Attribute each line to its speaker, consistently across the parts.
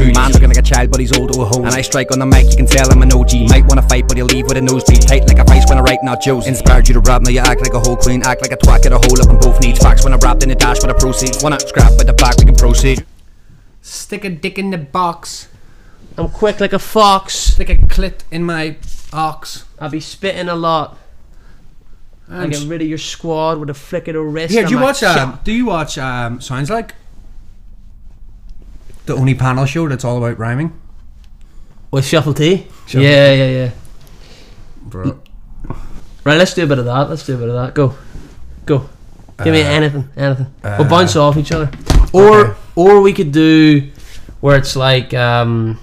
Speaker 1: Man looking like a child, but he's old or home. And I strike on the mic, you can tell I'm an OG. Might wanna fight, but he'll leave with a nosebleed. Tight like a vice when I write, not jokes. Inspired you to rap, now you act like a whole queen. Act like a twat, get a hole up on both knees. Facts when I rapped in the dash with a proceed. Wanna scrap with the back, we can proceed.
Speaker 2: Stick a dick in the box.
Speaker 3: I'm quick like a fox.
Speaker 2: Stick a clit in my ox.
Speaker 3: I be spitting a lot. I
Speaker 2: And
Speaker 3: get rid of your squad with a flick of the wrist.
Speaker 2: Here,
Speaker 3: I'm
Speaker 2: do you
Speaker 3: a
Speaker 2: watch?
Speaker 1: uh,
Speaker 3: chap.
Speaker 2: Um, do you watch? Um, sounds like
Speaker 1: The only panel show that's all about rhyming.
Speaker 3: With shuffle tea?
Speaker 1: Shuffle
Speaker 3: Yeah, yeah, yeah.
Speaker 1: Bro.
Speaker 3: Right, let's do a bit of that. Let's do a bit of that. Go, go. Give me
Speaker 1: Uh,
Speaker 3: anything, anything.
Speaker 1: uh,
Speaker 3: we'll bounce off each other, or
Speaker 1: Okay.
Speaker 3: or we could do where it's like um,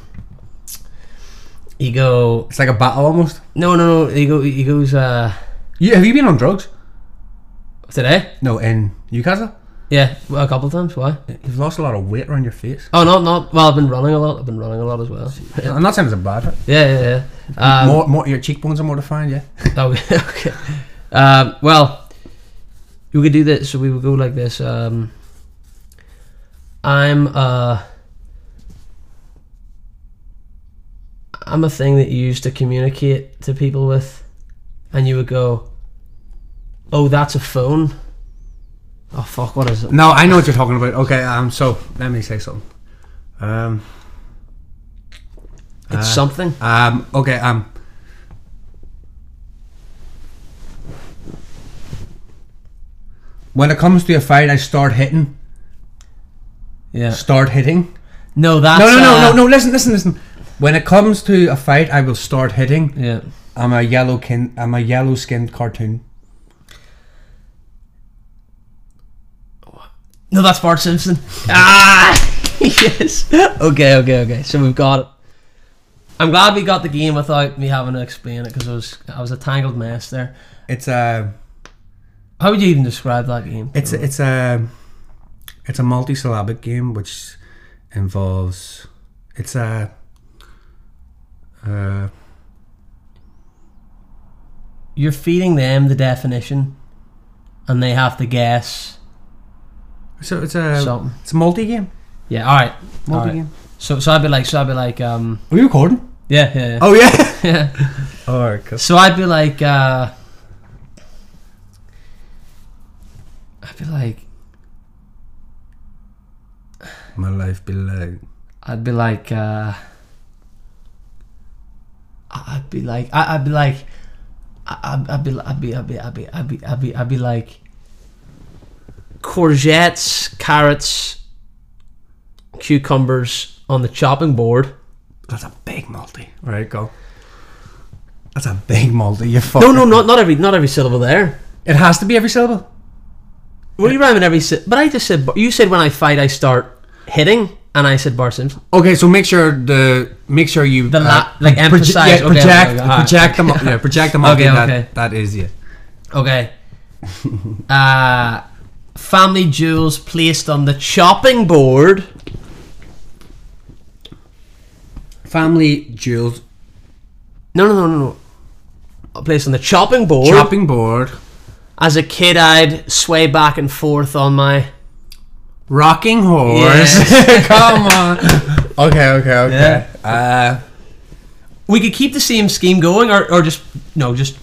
Speaker 3: you go.
Speaker 1: It's like a battle almost.
Speaker 3: No, no, no. He go. He goes. Uh,
Speaker 1: You, have you been on drugs?
Speaker 3: today?
Speaker 1: No, in Newcastle?
Speaker 3: Yeah, well, a couple of times. Why?
Speaker 1: You've lost a lot of weight around your face.
Speaker 3: Oh, not not. Well, I've been running a lot. I've been running a lot as well.
Speaker 1: I'm not saying it's a bad thing.
Speaker 3: Yeah, yeah, yeah. Um,
Speaker 1: more, more, your cheekbones are more defined, yeah.
Speaker 3: Okay. okay. Um, well, you could do this. So we would go like this. Um, I'm uh, I'm a thing that you used to communicate to people with, and you would go, "Oh, that's a phone." Oh fuck! What is it?
Speaker 1: No, I know what you're talking about. Okay, um, so let me say something. Um,
Speaker 3: It's something.
Speaker 1: um, okay, um, when it comes to a fight, I start hitting.
Speaker 3: Yeah.
Speaker 1: Start hitting.
Speaker 3: No, that's
Speaker 1: No, no, no,
Speaker 3: uh,
Speaker 1: no, no. Listen, listen, listen. When it comes to a fight, I will start hitting.
Speaker 3: Yeah.
Speaker 1: I'm a yellow kin. I'm a yellow skinned cartoon.
Speaker 3: No, that's Bart Simpson. ah, yes. Okay, okay, okay. So we've got it. I'm glad we got the game without me having to explain it because I was I was a tangled mess there.
Speaker 1: It's a.
Speaker 3: How would you even describe that game?
Speaker 1: It's a, it's a. It's a multi-syllabic game which involves. It's a. Uh,
Speaker 3: You're feeding them the definition, and they have to guess
Speaker 1: so it's
Speaker 2: Oh.
Speaker 1: a.
Speaker 3: something.
Speaker 1: It's a multi-game.
Speaker 3: Yeah. All right. All right.
Speaker 1: Multi-game.
Speaker 3: So so I'd be like so I'd be like um
Speaker 1: Are you recording?
Speaker 3: yeah yeah. yeah.
Speaker 1: Oh yeah.
Speaker 3: yeah.
Speaker 1: All right. cool.
Speaker 3: So I'd be like, uh, I'd be like,
Speaker 1: My life be like.
Speaker 3: I'd be like, uh, I- I'd be like, I, I'd be like, I, I'd, I'd be, I'd be, I'd be, I'd be, I'd be, I'd be, I'd be like, courgettes, carrots, cucumbers on the chopping board.
Speaker 1: That's a big multi. All right, go. That's a big multi. You fuck.
Speaker 3: No, no, not not every, not every syllable there.
Speaker 1: It has to be every syllable.
Speaker 3: Well, you're rhyming every, si- but I just said, bar- you said when I fight, I start hitting, and I said Bar Simpson.
Speaker 1: Okay, so make sure the make sure you uh,
Speaker 3: The la- like emphasize, okay,
Speaker 1: yeah, project
Speaker 3: okay, okay,
Speaker 1: project them yeah project them okay,
Speaker 3: Okay,
Speaker 1: that,
Speaker 3: okay.
Speaker 1: that is yeah
Speaker 3: Okay. uh, family jewels placed on the chopping board.
Speaker 1: family jewels
Speaker 3: No, no, no, no, no. Placed on the chopping board.
Speaker 1: chopping board
Speaker 3: As a kid, I'd sway back and forth on my.
Speaker 1: rocking horse come on okay okay okay uh,
Speaker 3: We could keep the same scheme going, or, or just no, just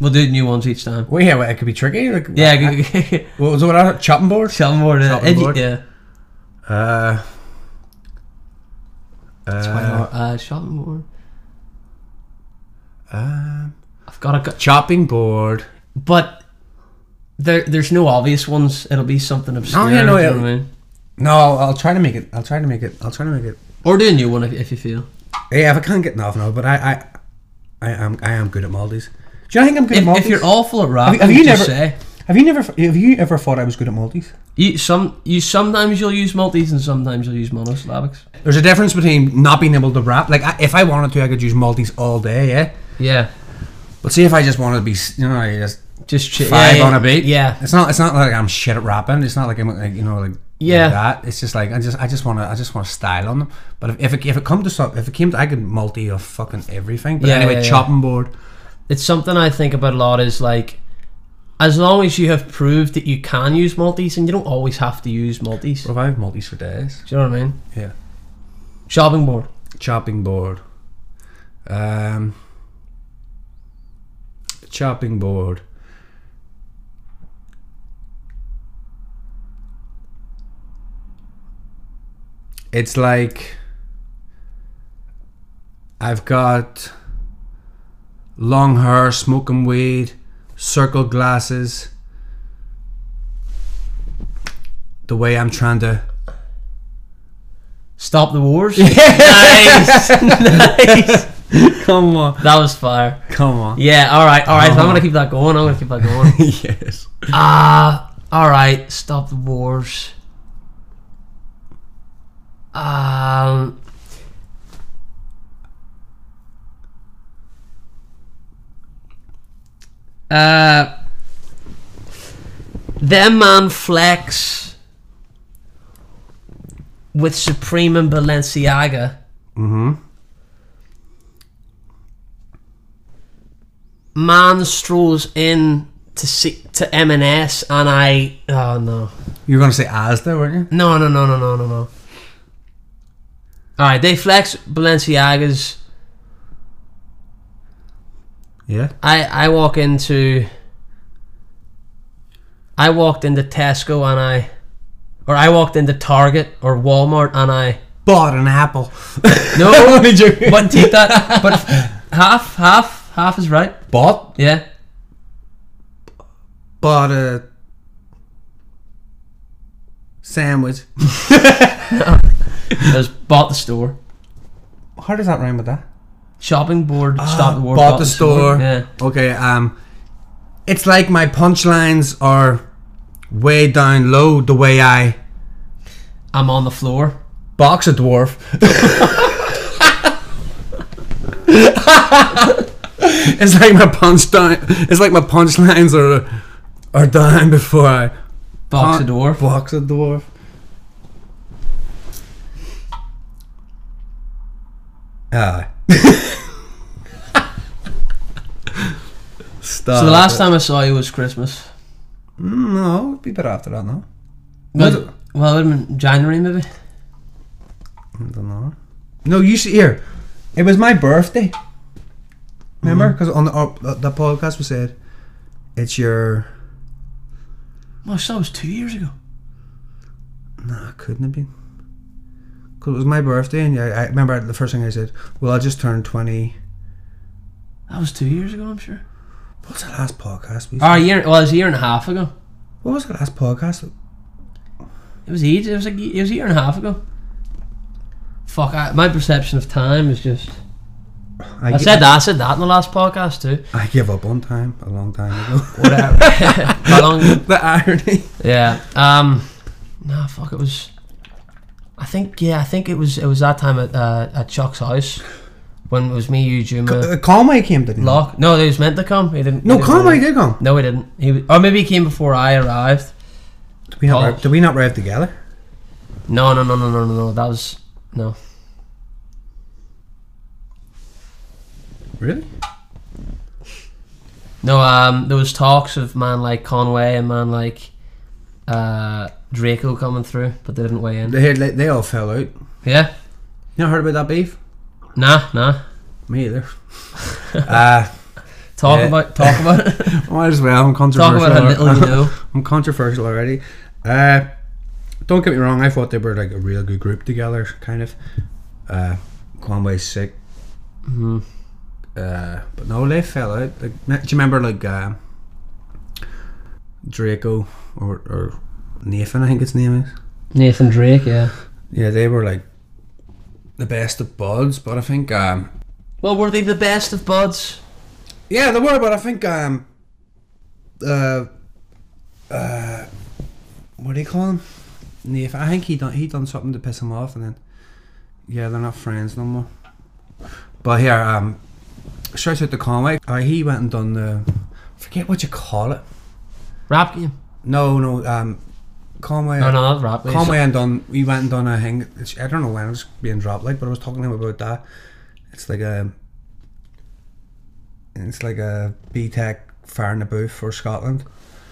Speaker 3: we'll do new ones each time.
Speaker 1: well yeah well, it could be tricky like,
Speaker 3: Yeah,
Speaker 1: uh, what was what other chopping board
Speaker 3: chopping board. uh,
Speaker 1: Chopping
Speaker 3: edu-
Speaker 1: board.
Speaker 3: Yeah.
Speaker 1: uh,
Speaker 3: Uh, chopping board.
Speaker 1: um,
Speaker 3: I've got a. Go-
Speaker 1: chopping board
Speaker 3: but there, there's no obvious ones. It'll be something obscure.
Speaker 1: Oh, yeah, no,
Speaker 3: do you
Speaker 1: yeah.
Speaker 3: know what I mean?
Speaker 1: no I'll, I'll try to make it I'll try to make it I'll try to make it
Speaker 3: Or do a new one if, if you feel.
Speaker 1: yeah if I can't get enough no but I I I am I am good at Maldives do you think I'm good at
Speaker 3: If,
Speaker 1: Maldives
Speaker 3: if you're awful at rap,
Speaker 1: Have you- have
Speaker 3: you,
Speaker 1: you
Speaker 3: just
Speaker 1: never-
Speaker 3: say
Speaker 1: Have you never? Have you ever thought I was good at Maltese?
Speaker 3: you some you sometimes you'll use multis and sometimes you'll use monosyllabics.
Speaker 1: There's a difference between not being able to rap. Like I, if I wanted to, I could use Maltese all day, yeah.
Speaker 3: Yeah,
Speaker 1: But see, if I just wanted to be, s- you know, I just
Speaker 3: just ch-
Speaker 1: five
Speaker 3: yeah, yeah,
Speaker 1: on a beat.
Speaker 3: Yeah,
Speaker 1: It's not. It's not like I'm shit at rapping. It's not like I'm, like, you know, like
Speaker 3: Yeah.
Speaker 1: like that. It's just like I just, I just want to, I just want to style on them. But if, if it, if it comes to something, if it came to, I could multi of fucking everything. But
Speaker 3: Yeah,
Speaker 1: anyway,
Speaker 3: yeah, yeah.
Speaker 1: chopping board.
Speaker 3: it's something I think about a lot. Is like, as long as you have proved that you can use multis and you don't always have to use multis. Do
Speaker 1: Revive Maltese for days.
Speaker 3: you know what I mean?
Speaker 1: Yeah.
Speaker 3: Shopping board.
Speaker 2: Chopping board. Um, chopping board. It's like I've got long hair, smoking weed, circle glasses. The way I'm trying to
Speaker 3: Stop the wars. nice, nice.
Speaker 2: come on,
Speaker 3: That was fire.
Speaker 2: come on.
Speaker 3: Yeah. All right. All right. So
Speaker 1: Oh.
Speaker 3: I'm gonna keep that going. I'm gonna keep that going.
Speaker 2: yes.
Speaker 3: Ah, all right. Stop the wars. Um, uh, them man flex with Supreme and Balenciaga. Mm-hmm. Man strolls in to see to M&S, and I oh no.
Speaker 2: You were gonna say Asda, weren't you?
Speaker 3: No, no, no, no, no, no, no. Alright, they flex Balenciagas.
Speaker 2: Yeah.
Speaker 3: I, I walk into. I walked into Tesco and I. Or I walked into Target or Walmart and I.
Speaker 2: Bought an apple.
Speaker 3: No!
Speaker 2: Did you?
Speaker 3: Wouldn't take that. But half, half, half is right.
Speaker 2: Bought?
Speaker 3: Yeah.
Speaker 2: Bought a sandwich.
Speaker 3: I just bought the store.
Speaker 2: How does that rhyme with that?
Speaker 3: Shopping board, stop the war.
Speaker 2: Ah, Bought the store.
Speaker 3: Yeah.
Speaker 2: Okay. Um, it's like my punchlines are way down low. The way I
Speaker 3: I'm on the floor.
Speaker 2: box a dwarf. it's like my punch down. It's like my punchlines are are down before I
Speaker 3: Box the
Speaker 2: Pun-
Speaker 3: door.
Speaker 2: box a dwarf. Ah. Stop. Mm,
Speaker 3: So the last time I saw you was Christmas.
Speaker 2: No, it'd be better after that, no? Was it?
Speaker 3: Well, well, it would have been January maybe.
Speaker 2: I don't know. No, you should here. It was my birthday. Remember,
Speaker 3: Mm-hmm.
Speaker 2: because on the uh, the podcast we said, it's your.
Speaker 3: Well, so that was two years ago.
Speaker 2: Nah, couldn't have been. Cause it was my birthday, and yeah, I remember the first thing I said. Well, I just turned twenty.
Speaker 3: That was two years ago, I'm sure.
Speaker 2: What's the last podcast we?
Speaker 3: Or a year. Well, it was a year and a half ago.
Speaker 2: what was the last podcast?
Speaker 3: It was ages. It was like it was a year and a half ago. Fuck! I, my perception of time is just.
Speaker 2: I,
Speaker 3: I
Speaker 2: gi-
Speaker 3: said that. I said that in the last podcast too.
Speaker 2: I gave up on time a long time ago.
Speaker 3: Whatever. How long?
Speaker 2: the irony.
Speaker 3: Yeah. Um. Nah. Fuck. It was. I think. Yeah. I think it was. It was that time at uh, at Chuck's house when it was me, you, Juma,
Speaker 2: Uh, Conway came, didn't he?
Speaker 3: Locke. No, he was meant to come. He didn't.
Speaker 2: No,
Speaker 3: he didn't
Speaker 2: Conway
Speaker 3: really-
Speaker 2: did come.
Speaker 3: No, he didn't. He was, or maybe he came before I arrived.
Speaker 2: Did we not?
Speaker 3: Oh.
Speaker 2: Rev, did we not rev together?
Speaker 3: No, no, no, no, no, no, no. That was no.
Speaker 2: Really?
Speaker 3: No, um, there was talks of man like Conway and man like uh, Draco coming through, but they didn't weigh in.
Speaker 2: They they, they all fell out.
Speaker 3: Yeah,
Speaker 2: You not heard about that beef?
Speaker 3: nah, nah.
Speaker 2: Me either. uh,
Speaker 3: Talk
Speaker 2: Yeah.
Speaker 3: about, talk about, it.
Speaker 2: might as well. I'm
Speaker 3: talk
Speaker 2: controversial.
Speaker 3: about how little you
Speaker 2: alre-
Speaker 3: know.
Speaker 2: I'm controversial already. Uh, don't get me wrong. I thought they were like a real good group together, kind of. Uh, Conway's sick,
Speaker 3: Mhm.
Speaker 2: uh, but no, they fell out. Like, me- do you remember like uh, Draco or, or Nathan? I think his name is.
Speaker 3: Nathan Drake, yeah.
Speaker 2: Yeah, they were like the best of buds, but I think um,
Speaker 3: Well, were they the best of buds?
Speaker 2: Yeah, there were, but I think um, uh, uh, what do you call him? Nathan. I think he done he done something to piss him off, and then yeah, they're not friends no more. But here, um, shout out to Conway. Uh, he went and done the forget what you call it.
Speaker 3: Rap game? Oh,
Speaker 2: No, no, um, Conway. uh,
Speaker 3: No, no, not rap. game.
Speaker 2: Conway and done. We went and done a thing. It's, I don't know when it was being dropped, like, but I was talking to him about that. It's like a, it's like a B Tech fire in the booth for Scotland,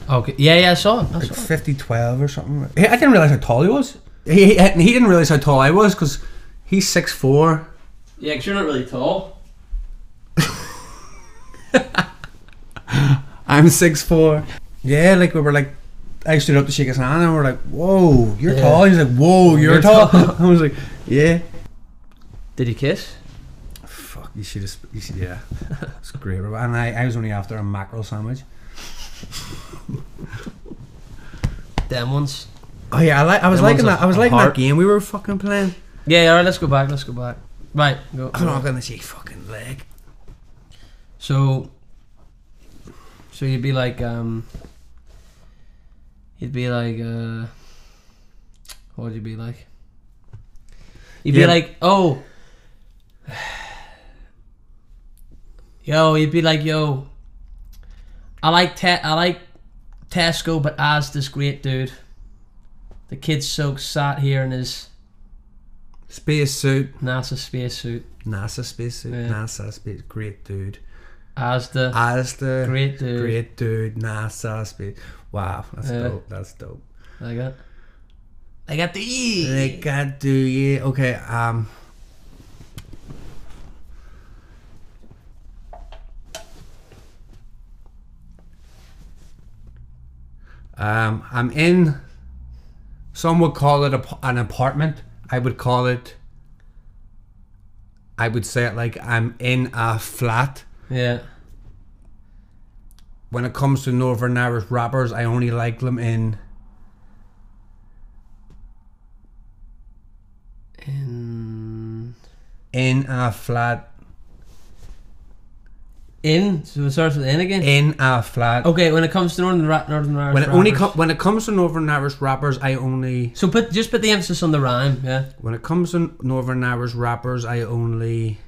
Speaker 3: Okay, yeah, yeah, I saw him. I
Speaker 2: like
Speaker 3: saw him.
Speaker 2: fifty twelve or something. He- I didn't realize how tall he was. He he, he didn't realize how tall I was because He's six four.
Speaker 3: Yeah, because you're not really tall.
Speaker 2: I'm six four. Yeah, like we were like, I stood up to shake his hand, and we are like, "Whoa, you're
Speaker 3: Yeah.
Speaker 2: tall." He's like, "Whoa, you're,
Speaker 3: You're
Speaker 2: tall."
Speaker 3: tall.
Speaker 2: I was like, "Yeah."
Speaker 3: Did you kiss?
Speaker 2: Fuck, you should have. You should, yeah, it's great. Robert. And I, I was only after a mackerel sandwich.
Speaker 3: Them ones.
Speaker 2: Oh yeah, I like. I was
Speaker 3: Them ones
Speaker 2: liking that.
Speaker 3: are-
Speaker 2: I was
Speaker 3: are
Speaker 2: liking
Speaker 3: hard.
Speaker 2: that game we were fucking playing.
Speaker 3: Yeah, alright, let's go back, let's go back. Right, go.
Speaker 2: I'm not gonna say fucking leg.
Speaker 3: So, so you'd be like, um, you'd be like, uh, what would you be like? You'd
Speaker 2: Yeah.
Speaker 3: be like, oh, yo, you'd be like, yo, I like te- I like Tesco, but as this great dude, the kid's so sat here in his
Speaker 2: Space suit.
Speaker 3: NASA spacesuit,
Speaker 2: NASA space suit.
Speaker 3: Yeah.
Speaker 2: NASA space. Great dude.
Speaker 3: as the
Speaker 2: As the
Speaker 3: great dude,
Speaker 2: great dude. NASA space. Wow, that's
Speaker 3: Yeah.
Speaker 2: dope. That's dope.
Speaker 3: like that. I got the E.
Speaker 2: They got to yeah. Okay. Um. Um, I'm in. Some would call it a, p- an apartment. I would call it. I would say it like I'm in a flat.
Speaker 3: Yeah.
Speaker 2: When it comes to Northern Irish rappers, I only like them in
Speaker 3: In
Speaker 2: in a flat
Speaker 3: in so it starts with in again.
Speaker 2: in a flat.
Speaker 3: Okay, when it comes to northern ra- northern Irish,
Speaker 2: When it only
Speaker 3: rappers-
Speaker 2: com- when it comes to Northern Irish rappers, I only
Speaker 3: so put just put the emphasis on the rhyme. Yeah,
Speaker 2: when it comes to Northern Irish rappers, I only.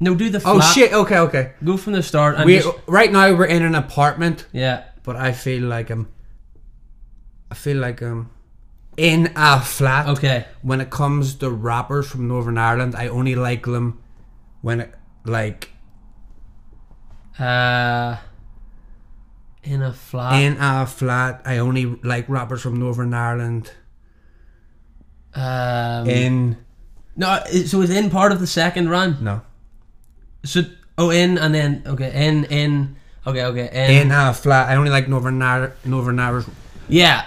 Speaker 3: no, do the
Speaker 2: Oh
Speaker 3: flat.
Speaker 2: shit! Okay, okay.
Speaker 3: Go from the start. And
Speaker 2: We
Speaker 3: just,
Speaker 2: right now we're in an apartment,
Speaker 3: yeah,
Speaker 2: but I feel like I'm. I feel like I'm in a flat.
Speaker 3: okay,
Speaker 2: When it comes to rappers from Northern Ireland, I only like them when it like
Speaker 3: uh, in a flat.
Speaker 2: in a flat. I only like rappers from Northern Ireland
Speaker 3: um,
Speaker 2: in
Speaker 3: no, i- so it's in part of the second rhyme.
Speaker 2: no
Speaker 3: So oh, in and then okay, in in okay okay in,
Speaker 2: in a flat. I only like Northern Ire- Northern Irish
Speaker 3: yeah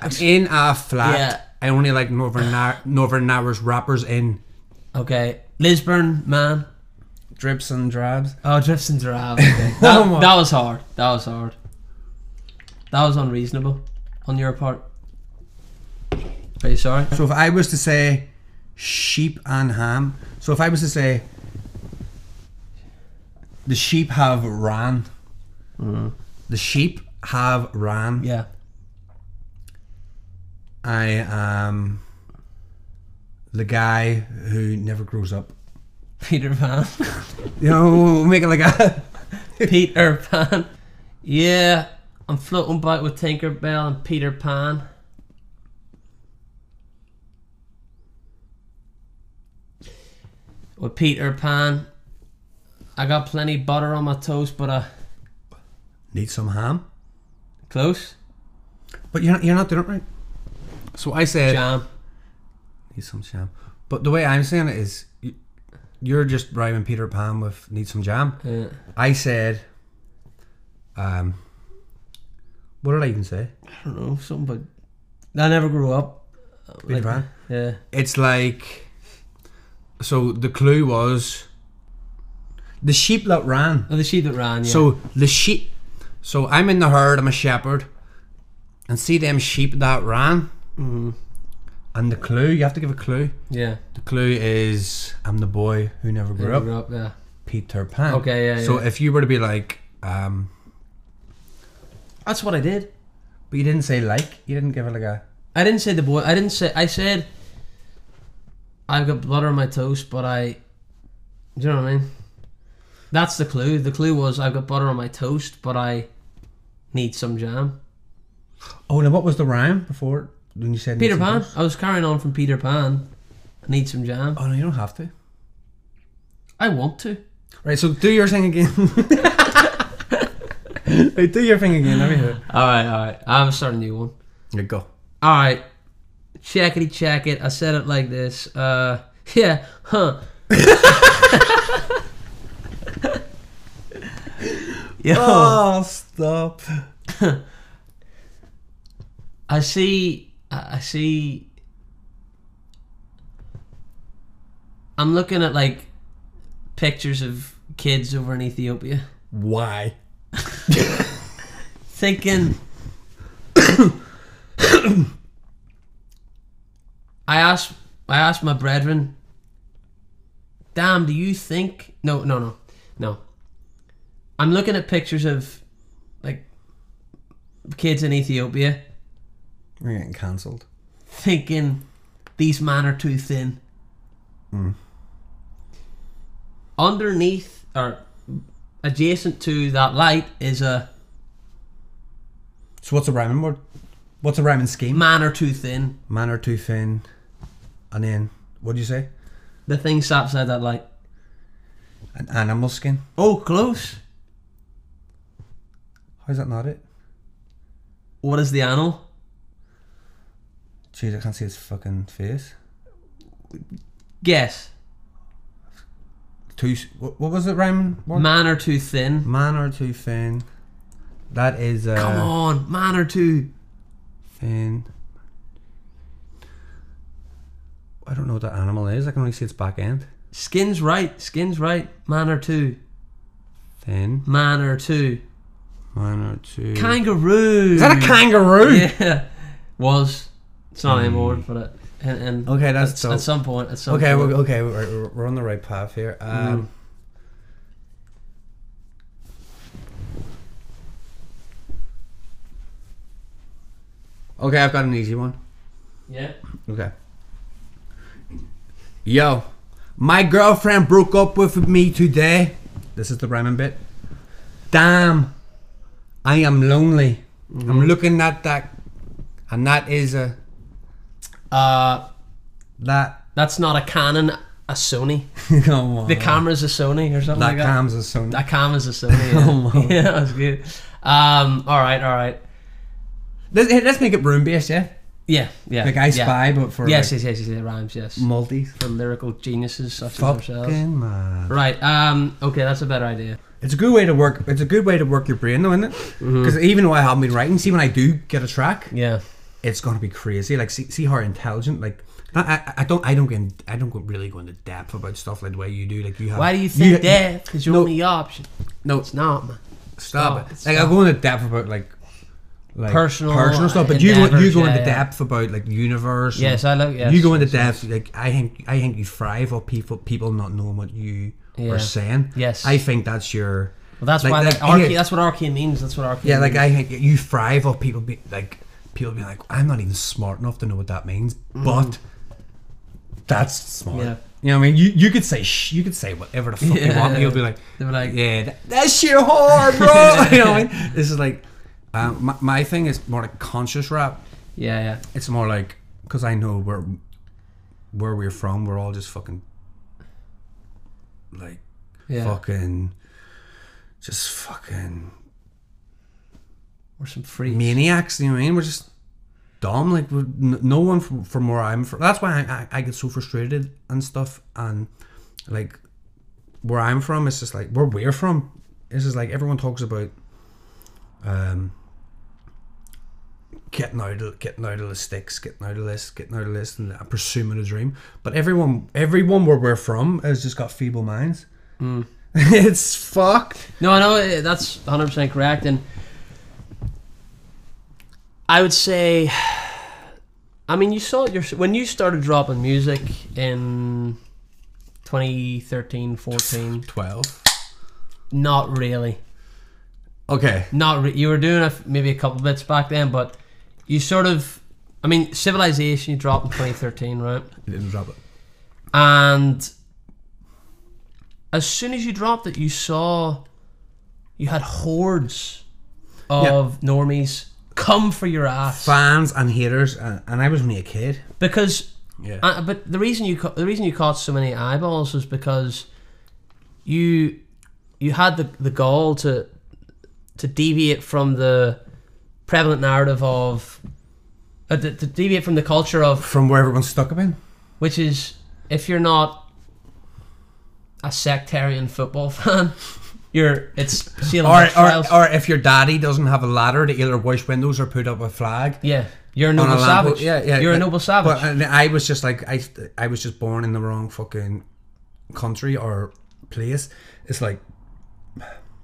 Speaker 2: I'm in a flat.
Speaker 3: Yeah.
Speaker 2: I only like Northern Ar- Northern Irish rappers in
Speaker 3: okay Lisburn man.
Speaker 2: drips and drabs.
Speaker 3: Oh, drifts and drabs. Okay. that,
Speaker 2: Come on.
Speaker 3: that was hard. That was hard. That was unreasonable on your part. Are you sorry?
Speaker 2: So if I was to say sheep and ham, so if I was to say the sheep have ran, the sheep have ran.
Speaker 3: Mm-hmm. Yeah.
Speaker 2: I am the guy who never grows up.
Speaker 3: Peter Pan.
Speaker 2: You know, make it like a
Speaker 3: Peter Pan. Yeah. I'm floating back with Tinkerbell and Peter Pan. With Peter Pan. I got plenty butter on my toast, but uh
Speaker 2: need some ham.
Speaker 3: close.
Speaker 2: But you're not, you're not doing it right. So I said.
Speaker 3: Jam.
Speaker 2: Need some jam. But the way I'm saying it is, y- you're just rhyming Peter Pan with need some jam.
Speaker 3: Yeah.
Speaker 2: I said, um, what did I even say?
Speaker 3: I don't know, something but I never grew up.
Speaker 2: Peter
Speaker 3: Like-
Speaker 2: Pan.
Speaker 3: Yeah.
Speaker 2: It's like, so the clue was the sheep that ran.
Speaker 3: Oh, the sheep that ran, yeah.
Speaker 2: So the sheep. So I'm in the herd. I'm a shepherd, and see them sheep that ran. And the clue, you have to give a clue.
Speaker 3: yeah.
Speaker 2: The clue is I'm the boy who never grew up.
Speaker 3: Grew up, yeah.
Speaker 2: Peter Pan.
Speaker 3: Okay, yeah,
Speaker 2: So
Speaker 3: yeah.
Speaker 2: if you were to be like, um,
Speaker 3: That's what I did.
Speaker 2: but you didn't say like, you didn't give it like a.
Speaker 3: I didn't say the boy. I didn't say. I said I've got butter on my toast, but I. Do you know what I mean? That's the clue. The clue was I've got butter on my toast, but I need some jam.
Speaker 2: Oh, now what was the rhyme before when you said
Speaker 3: Peter
Speaker 2: need some
Speaker 3: Pan.
Speaker 2: jam?
Speaker 3: I was carrying on from Peter Pan. I need some jam.
Speaker 2: Oh no, you don't have to.
Speaker 3: I want to.
Speaker 2: Right, so do your thing again. right, do your thing again. Let me hear it.
Speaker 3: All right, all right. I'm starting a new one.
Speaker 2: Here, go.
Speaker 3: All right. checkity check it. I said it like this. Uh, yeah, huh? Yo,
Speaker 2: Oh, stop.
Speaker 3: I see. I I see. I'm looking at like pictures of kids over in Ethiopia,
Speaker 2: Why?
Speaker 3: thinking. I asked. I asked my brethren. Damn, do you think? No, no, no, no. I'm looking at pictures of, like, kids in Ethiopia.
Speaker 2: We're getting cancelled.
Speaker 3: thinking these men are too thin. Underneath or adjacent to that light is a
Speaker 2: So what's a rhyming word? What's a rhyming scheme?
Speaker 3: man are too thin.
Speaker 2: Man or two thin, and then what do you say?
Speaker 3: The thing sat beside that light.
Speaker 2: An animal skin.
Speaker 3: Oh, close.
Speaker 2: How's that not it?
Speaker 3: What is the animal?
Speaker 2: Jeez, I can't see his fucking face.
Speaker 3: Guess.
Speaker 2: Two. s- What, what was it rhyming? Word?
Speaker 3: Man are too thin.
Speaker 2: Man or two thin. That is uh,
Speaker 3: Come on, man are too.
Speaker 2: thin. I don't know what that animal is. I can only see its back end.
Speaker 3: Skin's right. Skin's right. Man are too.
Speaker 2: Thin.
Speaker 3: Man are too.
Speaker 2: Man or two.
Speaker 3: Kangaroo.
Speaker 2: is that a kangaroo?
Speaker 3: Yeah. Was. It's not anymore, but it, and, and
Speaker 2: Hmm. Okay, that's
Speaker 3: at,
Speaker 2: dope.
Speaker 3: at some point. At some
Speaker 2: Okay,
Speaker 3: point.
Speaker 2: we're, okay, we're, we're- we're on the right path here. Um, Okay, I've got an easy one.
Speaker 3: Yeah.
Speaker 2: Okay. Yo, my girlfriend broke up with me today. This is the rhyming bit. Damn, I am lonely.
Speaker 3: Mm-hmm.
Speaker 2: I'm looking at that, and that is a
Speaker 3: Uh,
Speaker 2: that.
Speaker 3: that's not a Canon, a Sony.
Speaker 2: Come on.
Speaker 3: The camera's a Sony or something
Speaker 2: Uh-huh. that Oh,
Speaker 3: like that.
Speaker 2: comes as so.
Speaker 3: that camera's a Sony. Yeah.
Speaker 2: Come on.
Speaker 3: yeah, that's good. Um, all right, all right.
Speaker 2: Let's, hey, let's make it room based, yeah.
Speaker 3: Yeah, yeah.
Speaker 2: Like I
Speaker 3: yeah.
Speaker 2: Spy, but for
Speaker 3: Yes,
Speaker 2: like,
Speaker 3: yes, yes, yes, it rhymes. Yes,
Speaker 2: multis.
Speaker 3: for lyrical geniuses such as ourselves.
Speaker 2: Fucking mad.
Speaker 3: Right. Um. Okay, that's a better idea.
Speaker 2: It's a good way to work. It's a good way to work your brain, though, isn't it?
Speaker 3: Mm-hmm.
Speaker 2: Because even though I haven't been writing, see when I do get a track,
Speaker 3: Yeah.
Speaker 2: it's gonna be crazy. Like see, see how intelligent. Like not- I, I- I don't, I don't get, in, I don't go- really go into depth about stuff like the way you do. Like you have.
Speaker 3: Why do you think that? Because your
Speaker 2: no.
Speaker 3: only option.
Speaker 2: No,
Speaker 3: It's not. Man.
Speaker 2: stop
Speaker 3: Stop,
Speaker 2: it.
Speaker 3: stop.
Speaker 2: Like I go into depth about like. Like
Speaker 3: Personal
Speaker 2: personal stuff, but you go, you
Speaker 3: endeavours,
Speaker 2: go
Speaker 3: yeah,
Speaker 2: into
Speaker 3: yeah.
Speaker 2: depth about like universe. and-
Speaker 3: Yes, I love. Yes,
Speaker 2: you go into
Speaker 3: yes,
Speaker 2: depth. Like I think, I think you thrive on people people not knowing what you
Speaker 3: Yeah.
Speaker 2: are saying.
Speaker 3: Yes.
Speaker 2: I think that's your.
Speaker 3: Well, that's
Speaker 2: like,
Speaker 3: why
Speaker 2: like,
Speaker 3: that arcane,
Speaker 2: yeah.
Speaker 3: that's what arcane means. That's what arcane.
Speaker 2: Yeah, like
Speaker 3: means.
Speaker 2: I think you thrive on people be like people being like, I'm not even smart enough to know what that means, but that's smart.
Speaker 3: Mm-hmm. Yeah.
Speaker 2: You know what I mean? You you could say sh- you could say whatever the fuck you want, and
Speaker 3: Yeah.
Speaker 2: you'll be like,
Speaker 3: They were like,
Speaker 2: yeah, that, that shit hard, bro. you know what I mean? This is like, um, my, my thing is more like conscious rap.
Speaker 3: yeah, yeah.
Speaker 2: It's more like because I know where where we're from, we're all just fucking like
Speaker 3: Yeah.
Speaker 2: fucking just fucking
Speaker 3: Or some free.
Speaker 2: maniacs. You know what I mean? We're just dumb. Like we're, n- no one from, from where I'm from. That's why I, I, I get so frustrated and stuff. And like where I'm from, it's just like where we're from. It's just like everyone talks about um getting out of getting out of the sticks, getting out of this, getting out of this, and pursuing a dream. But everyone, everyone where we're from has just got feeble minds. Hmm. it's fucked.
Speaker 3: No, I know eh, that's 100% correct. And I would say, I mean, you saw it your, when you started dropping music in 2013, 14.
Speaker 2: Twelve.
Speaker 3: Not really.
Speaker 2: Okay.
Speaker 3: Not re- you were doing a f maybe a couple bits back then, but you sort of, I mean, Civilization you dropped in 2013, right?
Speaker 2: I didn't drop it.
Speaker 3: And as soon as you dropped it, you saw you had hordes of normies come for your ass
Speaker 2: fans and haters, uh, and I was only a kid.
Speaker 3: because.
Speaker 2: Yeah.
Speaker 3: Uh, but the reason you ca- the reason you caught so many eyeballs was because you you had the the goal to to deviate from the prevalent narrative of uh, to, to deviate from the culture of
Speaker 2: From where everyone's stuck up in.
Speaker 3: which is if you're not a sectarian football fan, you're it's Salem
Speaker 2: Or,
Speaker 3: witch trials.
Speaker 2: or, or if your daddy doesn't have a ladder to either wash windows or put up a flag.
Speaker 3: yeah, you're a
Speaker 2: on
Speaker 3: noble
Speaker 2: a lamp-
Speaker 3: savage.
Speaker 2: Yeah, yeah.
Speaker 3: you're a
Speaker 2: but-
Speaker 3: noble savage.
Speaker 2: But and I was just like I, I was just born in the wrong fucking country or place. It's like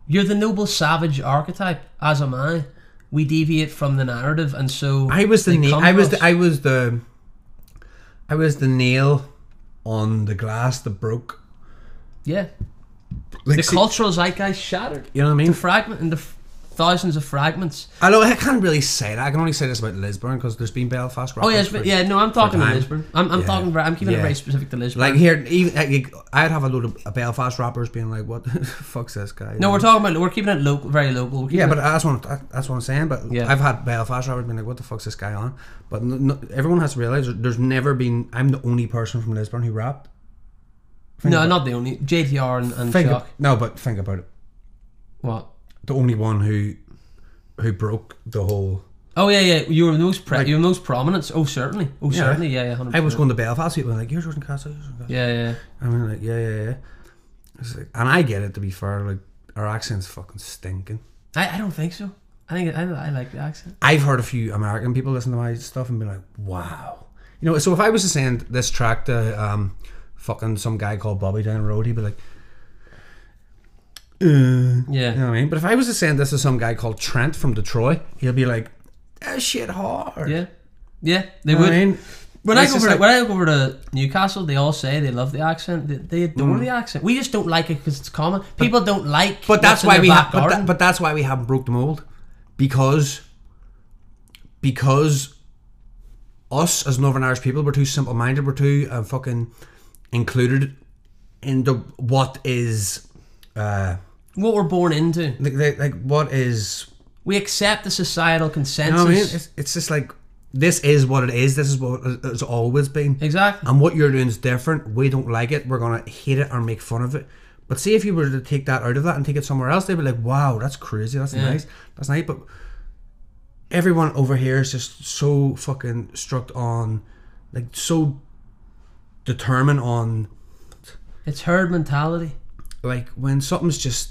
Speaker 3: you're the noble savage archetype. As am I. We deviate from the narrative, and so
Speaker 2: I was the
Speaker 3: they
Speaker 2: nail.
Speaker 3: come
Speaker 2: I
Speaker 3: to
Speaker 2: was
Speaker 3: us.
Speaker 2: the, I was the I was the nail on the glass that broke.
Speaker 3: yeah.
Speaker 2: Like,
Speaker 3: The
Speaker 2: see-
Speaker 3: cultural zeitgeist shattered.
Speaker 2: you know what I
Speaker 3: The
Speaker 2: mean?
Speaker 3: fragment and the f- thousands of fragments.
Speaker 2: Although I can't really say that. I can only say this about Lisburn because there's been Belfast.
Speaker 3: Oh yeah,
Speaker 2: reference
Speaker 3: it's been-
Speaker 2: for-
Speaker 3: yeah. No, I'm talking to
Speaker 2: time.
Speaker 3: Lisbon. I'm, I'm
Speaker 2: Yeah.
Speaker 3: talking. Very, I'm keeping it
Speaker 2: Yeah.
Speaker 3: very specific to Lisbon.
Speaker 2: Like here, even like, I'd have a load of Belfast rappers being like, "What the fuck's this guy?"
Speaker 3: no, we're talking about. We're keeping it local, very local. We're keeping
Speaker 2: Yeah,
Speaker 3: it-
Speaker 2: but that's what I'm, that's what I'm saying. But
Speaker 3: Yeah.
Speaker 2: I've had Belfast rappers been like, "What the fuck's this guy on?" But n n everyone has to realize there- there's never been. I'm the only person from Lisburn who rapped. Think
Speaker 3: no,
Speaker 2: about-
Speaker 3: not the only JTR and, and
Speaker 2: Think
Speaker 3: Shock.
Speaker 2: ab- no, but think about it.
Speaker 3: What?
Speaker 2: The only one who who broke the whole.
Speaker 3: Oh yeah, yeah. You were the most pre-
Speaker 2: Like-
Speaker 3: you were the most prominent. Oh certainly. Oh
Speaker 2: Yeah.
Speaker 3: certainly. Yeah, yeah. 100%.
Speaker 2: I was going to Belfast. People were like, "You're Jordan Castle." You're Jordan Castle.
Speaker 3: Yeah, yeah.
Speaker 2: I mean, like, yeah, yeah, yeah. It's like, and I get it. To be fair, like our accent's fucking stinking.
Speaker 3: I, I don't think so. I think I, I like the accent.
Speaker 2: I've heard a few American people listen to my stuff and be like, wow. You know, so if I was to send this track to um, fucking some guy called Bobby down the road, he'd be like, uh,
Speaker 3: Yeah.
Speaker 2: you know what I mean? But if I was to send this to some guy called Trent from Detroit, he'll be like, that shit hard.
Speaker 3: Yeah. Yeah. They
Speaker 2: You know
Speaker 3: would.
Speaker 2: what I mean?
Speaker 3: When I
Speaker 2: It's
Speaker 3: go
Speaker 2: just
Speaker 3: over to,
Speaker 2: like-
Speaker 3: when I go over to Newcastle, they all say they love the accent. They, they
Speaker 2: Mm.
Speaker 3: adore the accent. We just don't like it because it's common. People don't like.
Speaker 2: But that's
Speaker 3: what's in
Speaker 2: why
Speaker 3: their
Speaker 2: we
Speaker 3: back
Speaker 2: have. But,
Speaker 3: garden.
Speaker 2: that, but that's why we haven't broke the mold, because because us as Northern Irish people, we're too simple minded. We're too uh, fucking included in the what is uh
Speaker 3: what we're born into,
Speaker 2: like, like, like what is.
Speaker 3: we accept the societal
Speaker 2: You
Speaker 3: consensus.
Speaker 2: know what I mean? It's, it's just like this is what it is. This is what it's always been.
Speaker 3: exactly.
Speaker 2: And what you're doing is different. We don't like it. We're gonna hate it or make fun of it. But see if you were to take that out of that and take it somewhere else, they'd be like, "Wow, that's crazy. That's
Speaker 3: Yeah.
Speaker 2: nice. That's nice." But everyone over here is just so fucking struck on, like so determined on,
Speaker 3: It's herd mentality.
Speaker 2: like when something's just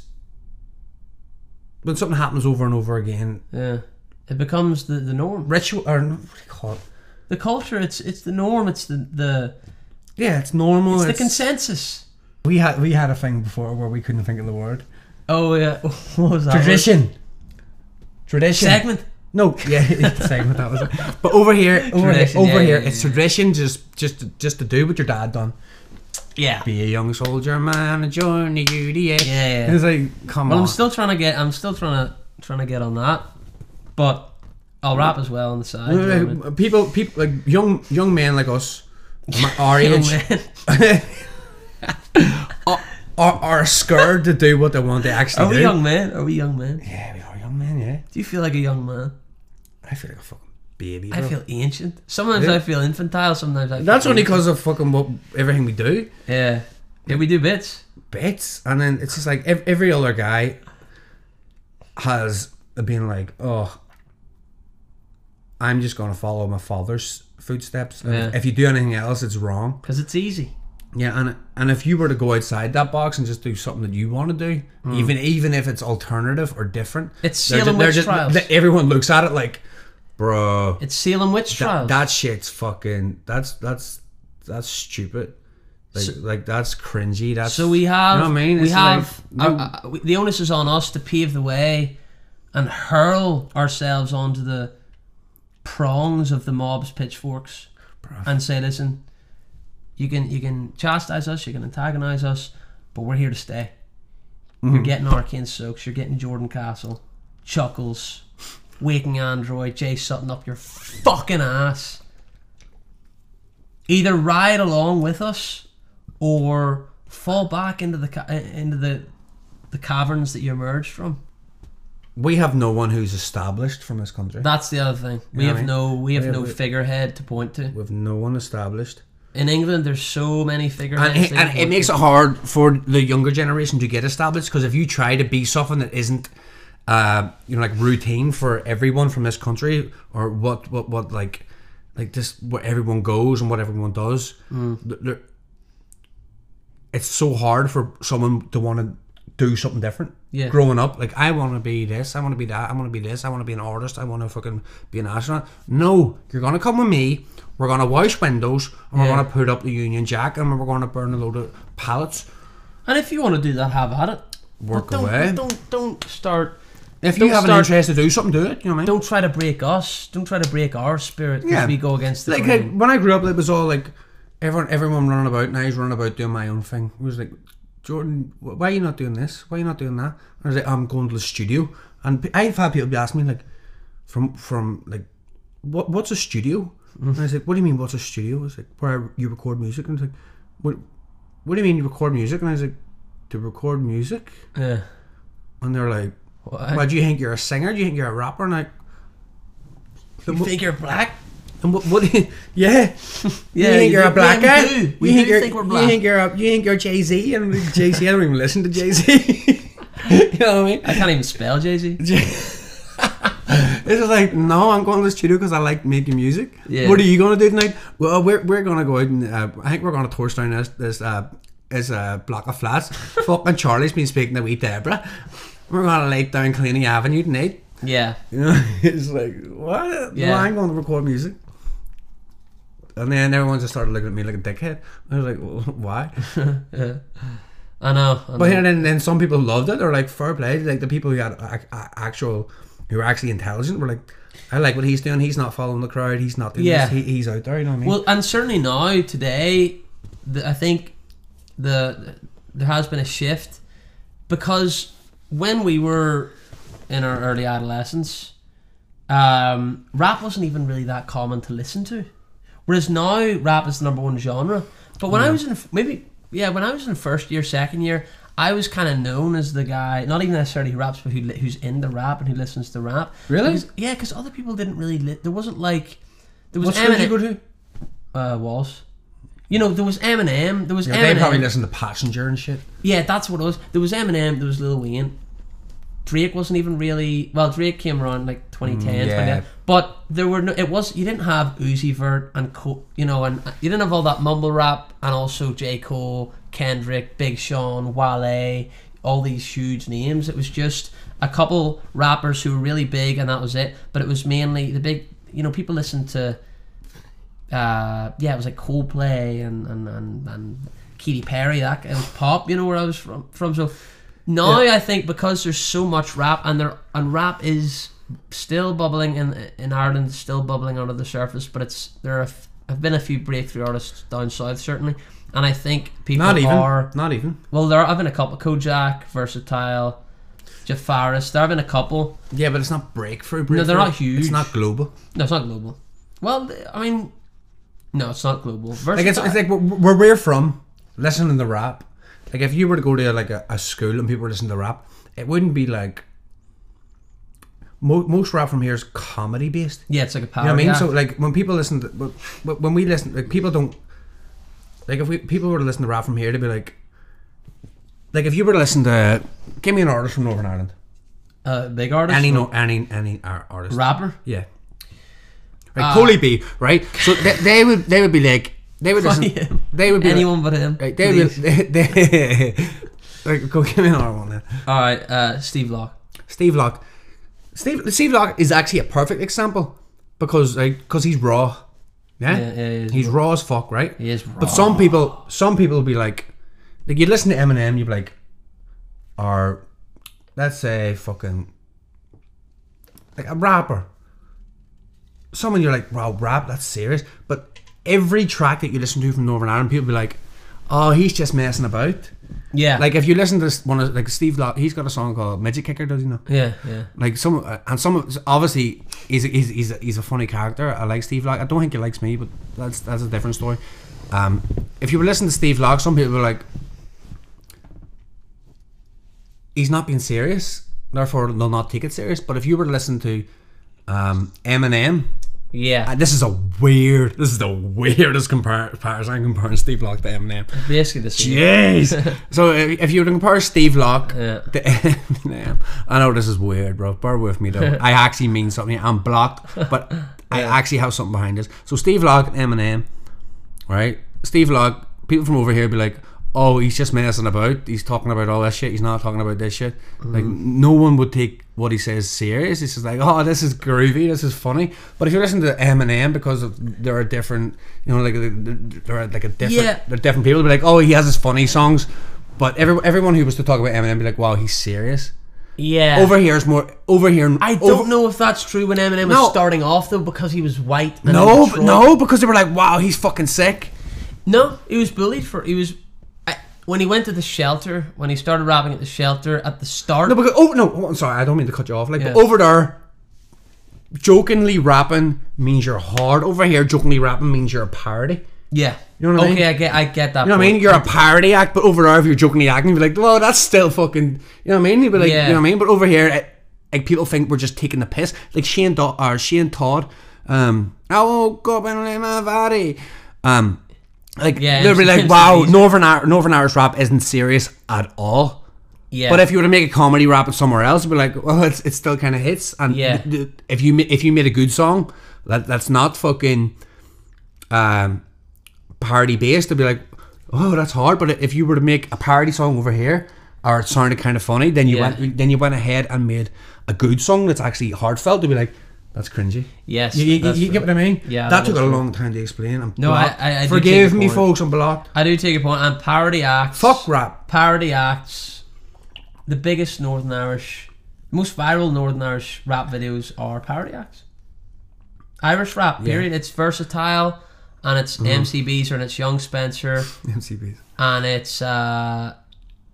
Speaker 2: when something happens over and over again,
Speaker 3: Yeah. It becomes the, the norm.
Speaker 2: ritual or no, what do you call it?
Speaker 3: The culture. It's it's the norm. It's the the
Speaker 2: Yeah, it's normal.
Speaker 3: it's the
Speaker 2: it's-
Speaker 3: consensus.
Speaker 2: we had we had a thing before where we couldn't think of the word
Speaker 3: Oh yeah, what was that?
Speaker 2: tradition. Tradition.
Speaker 3: segment.
Speaker 2: No, yeah, segment that was it. But over here, over
Speaker 3: Tradition,
Speaker 2: here, over
Speaker 3: yeah,
Speaker 2: here,
Speaker 3: yeah,
Speaker 2: it's
Speaker 3: yeah.
Speaker 2: tradition just just just to do what your dad done.
Speaker 3: Yeah.
Speaker 2: Be a young soldier man and join the UDA.
Speaker 3: Yeah, yeah.
Speaker 2: It's like, come
Speaker 3: Well,
Speaker 2: on.
Speaker 3: I'm still trying to get. I'm still trying to trying to get on that, but I'll rap as well on the side. you know what I mean?
Speaker 2: Like, people, people, like young young men like us, my- our
Speaker 3: You know
Speaker 2: age,
Speaker 3: what I mean?
Speaker 2: are, are are scared to do what they want to actually
Speaker 3: Are we
Speaker 2: do.
Speaker 3: young men? Are we young men?
Speaker 2: Yeah, we are young men. Yeah,
Speaker 3: Do you feel like a young man?
Speaker 2: I feel like a fucking baby.
Speaker 3: I
Speaker 2: bro.
Speaker 3: feel ancient. Sometimes
Speaker 2: Yeah.
Speaker 3: I feel infantile. Sometimes I. Feel
Speaker 2: that's only
Speaker 3: ancient.
Speaker 2: because of fucking what everything we do.
Speaker 3: Yeah. Yeah, we do bits.
Speaker 2: bits, and then it's just like ev- every other guy has been like, "Oh, I'm just gonna follow my father's footsteps. And
Speaker 3: Yeah.
Speaker 2: If you do anything else, it's wrong."
Speaker 3: Because it's easy.
Speaker 2: Yeah, and and if you were to go outside that box and just do something that you want to do, even even if it's alternative or different,
Speaker 3: Hmm. It's
Speaker 2: they're ju-
Speaker 3: Salem
Speaker 2: they're
Speaker 3: witch
Speaker 2: just-
Speaker 3: trials.
Speaker 2: th- everyone looks at it like, "Bro,
Speaker 3: It's Salem witch
Speaker 2: that,
Speaker 3: trials.
Speaker 2: that shit's fucking that's that's that's stupid." Like, like that's cringy. That's
Speaker 3: So we have,
Speaker 2: You know what I mean?
Speaker 3: we
Speaker 2: It's
Speaker 3: have.
Speaker 2: like, no-
Speaker 3: uh, uh, we- the onus is on us to pave the way and hurl ourselves onto the prongs of the mob's pitchforks and say, "Listen, you can you can chastise us, you can antagonize us, but we're here to stay.
Speaker 2: Mm-hmm.
Speaker 3: You're getting Arcane Soaks, you're getting Jordan Castle, Chuckles, Waking Android, Jay Sutton up your fucking ass. Either ride along with us." or fall back into the ca- uh, into the the caverns that you emerged from.
Speaker 2: we have no one who's established from this country.
Speaker 3: That's the other thing. We
Speaker 2: Yeah,
Speaker 3: have
Speaker 2: right.
Speaker 3: no we have
Speaker 2: Yeah,
Speaker 3: no
Speaker 2: we-
Speaker 3: figurehead to point to.
Speaker 2: we have no one established,
Speaker 3: In England, there's so many figureheads.
Speaker 2: and it,
Speaker 3: they can
Speaker 2: and it
Speaker 3: point
Speaker 2: makes
Speaker 3: to.
Speaker 2: it hard for the younger generation to get established because if you try to be something that isn't, uh, you know, like routine for everyone from this country or what what what like like just where everyone goes and what everyone does.
Speaker 3: Mm.
Speaker 2: th- they're- It's so hard for someone to want to do something different.
Speaker 3: Yeah.
Speaker 2: Growing up, like I want to be this, I want to be that, I want to be this, I want to be an artist, I want to fucking be an astronaut. No, you're gonna come with me. We're gonna wash windows, and we're
Speaker 3: Yeah.
Speaker 2: gonna put up the Union Jack, and we're gonna burn a load of pallets.
Speaker 3: And if you want to do that, have at it.
Speaker 2: Work
Speaker 3: don't,
Speaker 2: away.
Speaker 3: Don't don't start.
Speaker 2: If
Speaker 3: don't
Speaker 2: you have an
Speaker 3: start-
Speaker 2: interest to do something, do it. You know what I mean?
Speaker 3: Don't try to break us. Don't try to break our spirit because
Speaker 2: Yeah.
Speaker 3: we go against the.
Speaker 2: like,
Speaker 3: grain.
Speaker 2: like, when I grew up, it was all like everyone, everyone running about, and I was running about doing my own thing. It was like, Jordan, wh- why are you not doing this? Why are you not doing that? And I was like, I'm going to the studio, and pe- I've had people ask me like, from from like, what what's a studio?
Speaker 3: Mm-hmm.
Speaker 2: And I was like, what do you mean, what's a studio? It's like where you record music, and it's like, what what do you mean you record music? And I was like, to record music,
Speaker 3: yeah.
Speaker 2: and they're like,
Speaker 3: Why?
Speaker 2: well, do you think you're a singer? Do you think you're a rapper? And like,
Speaker 3: you think you're black?
Speaker 2: And what? what yeah. you
Speaker 3: Yeah,
Speaker 2: think
Speaker 3: you
Speaker 2: you are a
Speaker 3: do-
Speaker 2: black
Speaker 3: yeah,
Speaker 2: guy?
Speaker 3: we do. We
Speaker 2: you
Speaker 3: do
Speaker 2: you're,
Speaker 3: think we're
Speaker 2: You
Speaker 3: black.
Speaker 2: think you're, a- you think you're Jay Z? And Jay Z, I don't even listen to Jay Z. you know what I mean?
Speaker 3: I can't even spell Jay Z.
Speaker 2: It's just like, no, I'm going to the studio because I like making music.
Speaker 3: Yeah.
Speaker 2: What are you going to do tonight? Well, we're, we're going to go out and uh, I think we're going to torch down this this uh, this uh, block of flats. Fucking Charlie's been speaking to wee Deborah. We're going to lay down Cleaning Avenue tonight.
Speaker 3: Yeah.
Speaker 2: You know, it's like, what?
Speaker 3: Yeah.
Speaker 2: Well, I'm going to record music. And then everyone just started looking at me like a dickhead. I was like, well, why?
Speaker 3: yeah. I know. I know.
Speaker 2: But then, then some people loved it. Or like, fair play. Like the people who had a, a- uh, actual, who were actually intelligent, were like, I like what he's doing. He's not following the crowd. He's not doing
Speaker 3: Yeah.
Speaker 2: this. He, he's out there. You know what I mean?
Speaker 3: Well, and certainly now today, the, I think the there has been a shift because when we were in our early adolescence, um, rap wasn't even really that common to listen to, whereas now rap is the number one genre. But when I was in f- maybe yeah, when I was in first year, second year. I was kind of known as the guy, not even necessarily who raps, but who, li- who's in the rap and who listens to rap.
Speaker 2: Really?
Speaker 3: Because- yeah, because other people didn't really. Li- there wasn't like there was
Speaker 2: what school did you
Speaker 3: Eminem-
Speaker 2: go to?
Speaker 3: uh, was. You know, there was Eminem. There was
Speaker 2: Yeah,
Speaker 3: Eminem.
Speaker 2: they probably listen to Passenger and shit.
Speaker 3: yeah, that's what it was. There was Eminem. There was Lil Wayne. Drake wasn't even really well. Drake came around like 2010,
Speaker 2: Mm, yeah.
Speaker 3: 2010. But there were no. It was you didn't have Uzi Vert and Co, you know, and uh, you didn't have all that mumble rap and also J Cole, Kendrick, Big Sean, Wale, all these huge names. It was just a couple rappers who were really big, and that was it. But it was mainly the big. You know, people listened to uh, yeah, it was like Coldplay and and and, and Katy Perry. That guy- it was pop, you know, where I was from. From so now I think because there's so much rap and there and rap is still bubbling in in Ireland, still bubbling under the surface, but it's there have, have been a few breakthrough artists down south certainly, and I think people
Speaker 2: Not even.
Speaker 3: are
Speaker 2: Not even.
Speaker 3: well. There have been a couple: Kojak, Versatile, Jafaris. There have been a couple.
Speaker 2: Yeah, but it's not breakthrough. breakthrough.
Speaker 3: No, they're not huge.
Speaker 2: It's not global.
Speaker 3: No, it's not global. Well, I mean, no, it's not global. Versatile.
Speaker 2: Like it's, it's like where, where we're from, listening to rap. Like if you were to go to like a, a school and people were listening to rap, it wouldn't be like. Mo- most rap from here is comedy based.
Speaker 3: Oh, yeah, it's like a power.
Speaker 2: You know what I mean? So like when people listen to but- but when we listen, like people don't like if we people were to listen to rap from here, they'd be like, like if you were to listen to, give me an artist from Northern Ireland,
Speaker 3: Uh, big artist.
Speaker 2: any no any any ar- artist,
Speaker 3: rapper.
Speaker 2: yeah.
Speaker 3: Ah.
Speaker 2: Like Coley B, right? So they, they would they would be like they would
Speaker 3: Fuck
Speaker 2: listen,
Speaker 3: him.
Speaker 2: they would be like-
Speaker 3: Anyone but him.
Speaker 2: Right, they will. They, they, like, go give me another one then.
Speaker 3: All right, uh, Steve Locke.
Speaker 2: Steve Lock. Steve Steve Lock is actually a perfect example because like because he's raw. Yeah,
Speaker 3: Yeah, yeah, he is
Speaker 2: he's raw as fuck, right?
Speaker 3: He is raw.
Speaker 2: But some people, some people will be like, like you listen to Eminem, you'd be like, or let's say fucking like a rapper. Someone you're like, wow, rap, that's serious. But every track that you listen to from Northern Ireland, people be like, oh, he's just messing about.
Speaker 3: Yeah.
Speaker 2: Like if you listen to this one of like Steve Lock, he's got a song called Midget Kicker, does he not?
Speaker 3: yeah, yeah.
Speaker 2: Like some uh, and some of obviously he's a, he's he's a, he's a funny character. I like Steve Lock. I don't think he likes me, but that's that's a different story. Um, if you were listening to Steve Lock, some people were like, he's not being serious, therefore they'll not take it serious. But if you were to listen to um, Eminem,
Speaker 3: Yeah.
Speaker 2: And this is a weird, this is the weirdest compar- comparison. I'm comparing Steve Locke to Eminem.
Speaker 3: Basically the same.
Speaker 2: Jeez. so if if you were to compare Steve Locke
Speaker 3: Yeah.
Speaker 2: to Eminem, I know this is weird, bro. Bear with me though. I actually mean something. I'm blocked, but I actually have something behind this. So Steve Locke and Eminem, right? Steve Locke. People from over here be like, "Oh, he's just messing about. He's talking about all this shit. He's not talking about this shit." Like no one would take what he says serious. He's just like, "Oh, this is groovy. This is funny." But if you listen to Eminem, because of, there are different, you know, like there are like a different
Speaker 3: Yeah.
Speaker 2: they're different people. Be like, oh, he has his funny songs, but every, everyone who was to talk about Eminem be like, wow, he's serious.
Speaker 3: Yeah.
Speaker 2: Over here is more. Over here,
Speaker 3: I don't know if that's true when Eminem
Speaker 2: No.
Speaker 3: was starting off though because he was white. And
Speaker 2: No,
Speaker 3: in
Speaker 2: but
Speaker 3: Detroit.
Speaker 2: no, because they were like, wow, he's fucking sick.
Speaker 3: No, he was bullied for. He was I, when he went to the shelter when he started rapping at the shelter at the start.
Speaker 2: No, because oh no, oh, I'm sorry, I don't mean to cut you off. Like, but
Speaker 3: Yeah.
Speaker 2: over there, jokingly rapping means you're hard. Over here, jokingly rapping means you're a parody.
Speaker 3: yeah.
Speaker 2: You know what I
Speaker 3: okay,
Speaker 2: mean?
Speaker 3: get I get that.
Speaker 2: You know what I
Speaker 3: point.
Speaker 2: mean? You're a parody act, but over there, if you're jokingly acting, you'd be like, "Whoa, that's still fucking." You know what I mean? You'd be like,
Speaker 3: Yeah.
Speaker 2: you know what I mean? But over here, it, like people think we're just taking the piss. Like Shane Do- or Shane Todd, um, I woke up in my body, um, like
Speaker 3: Yeah,
Speaker 2: they'd be like,
Speaker 3: it's-
Speaker 2: "Wow,
Speaker 3: it's-
Speaker 2: Northern Ir- Northern Irish rap isn't serious at all."
Speaker 3: Yeah.
Speaker 2: But if you were to make a comedy rap it somewhere else, it'd be like, well, it's, it still kind of hits. And
Speaker 3: Yeah.
Speaker 2: th- th- if you ma- if you made a good song that that's not fucking um, parody based, it'd be like, oh, that's hard. But if you were to make a parody song over here, or it sounded kind of funny, then you
Speaker 3: Yeah.
Speaker 2: went then you went ahead and made a good song that's actually heartfelt. To be like, that's cringy.
Speaker 3: yes,
Speaker 2: You, you- you,
Speaker 3: that's
Speaker 2: get
Speaker 3: true.
Speaker 2: what I mean?
Speaker 3: Yeah,
Speaker 2: that
Speaker 3: that
Speaker 2: took
Speaker 3: is
Speaker 2: a
Speaker 3: true.
Speaker 2: long time to explain. I'm
Speaker 3: No, I-
Speaker 2: blocked.
Speaker 3: I- I do take
Speaker 2: forgive
Speaker 3: your
Speaker 2: me,
Speaker 3: point.
Speaker 2: folks. I'm blocked.
Speaker 3: I do take your point. And parody acts.
Speaker 2: Fuck rap.
Speaker 3: Parody acts. The biggest Northern Irish, most viral Northern Irish rap videos are parody acts. Irish rap, period. It's versatile, and it's
Speaker 2: Mm-hmm.
Speaker 3: MCBs, and it's Young Spencer,
Speaker 2: MCBs.
Speaker 3: and it's uh,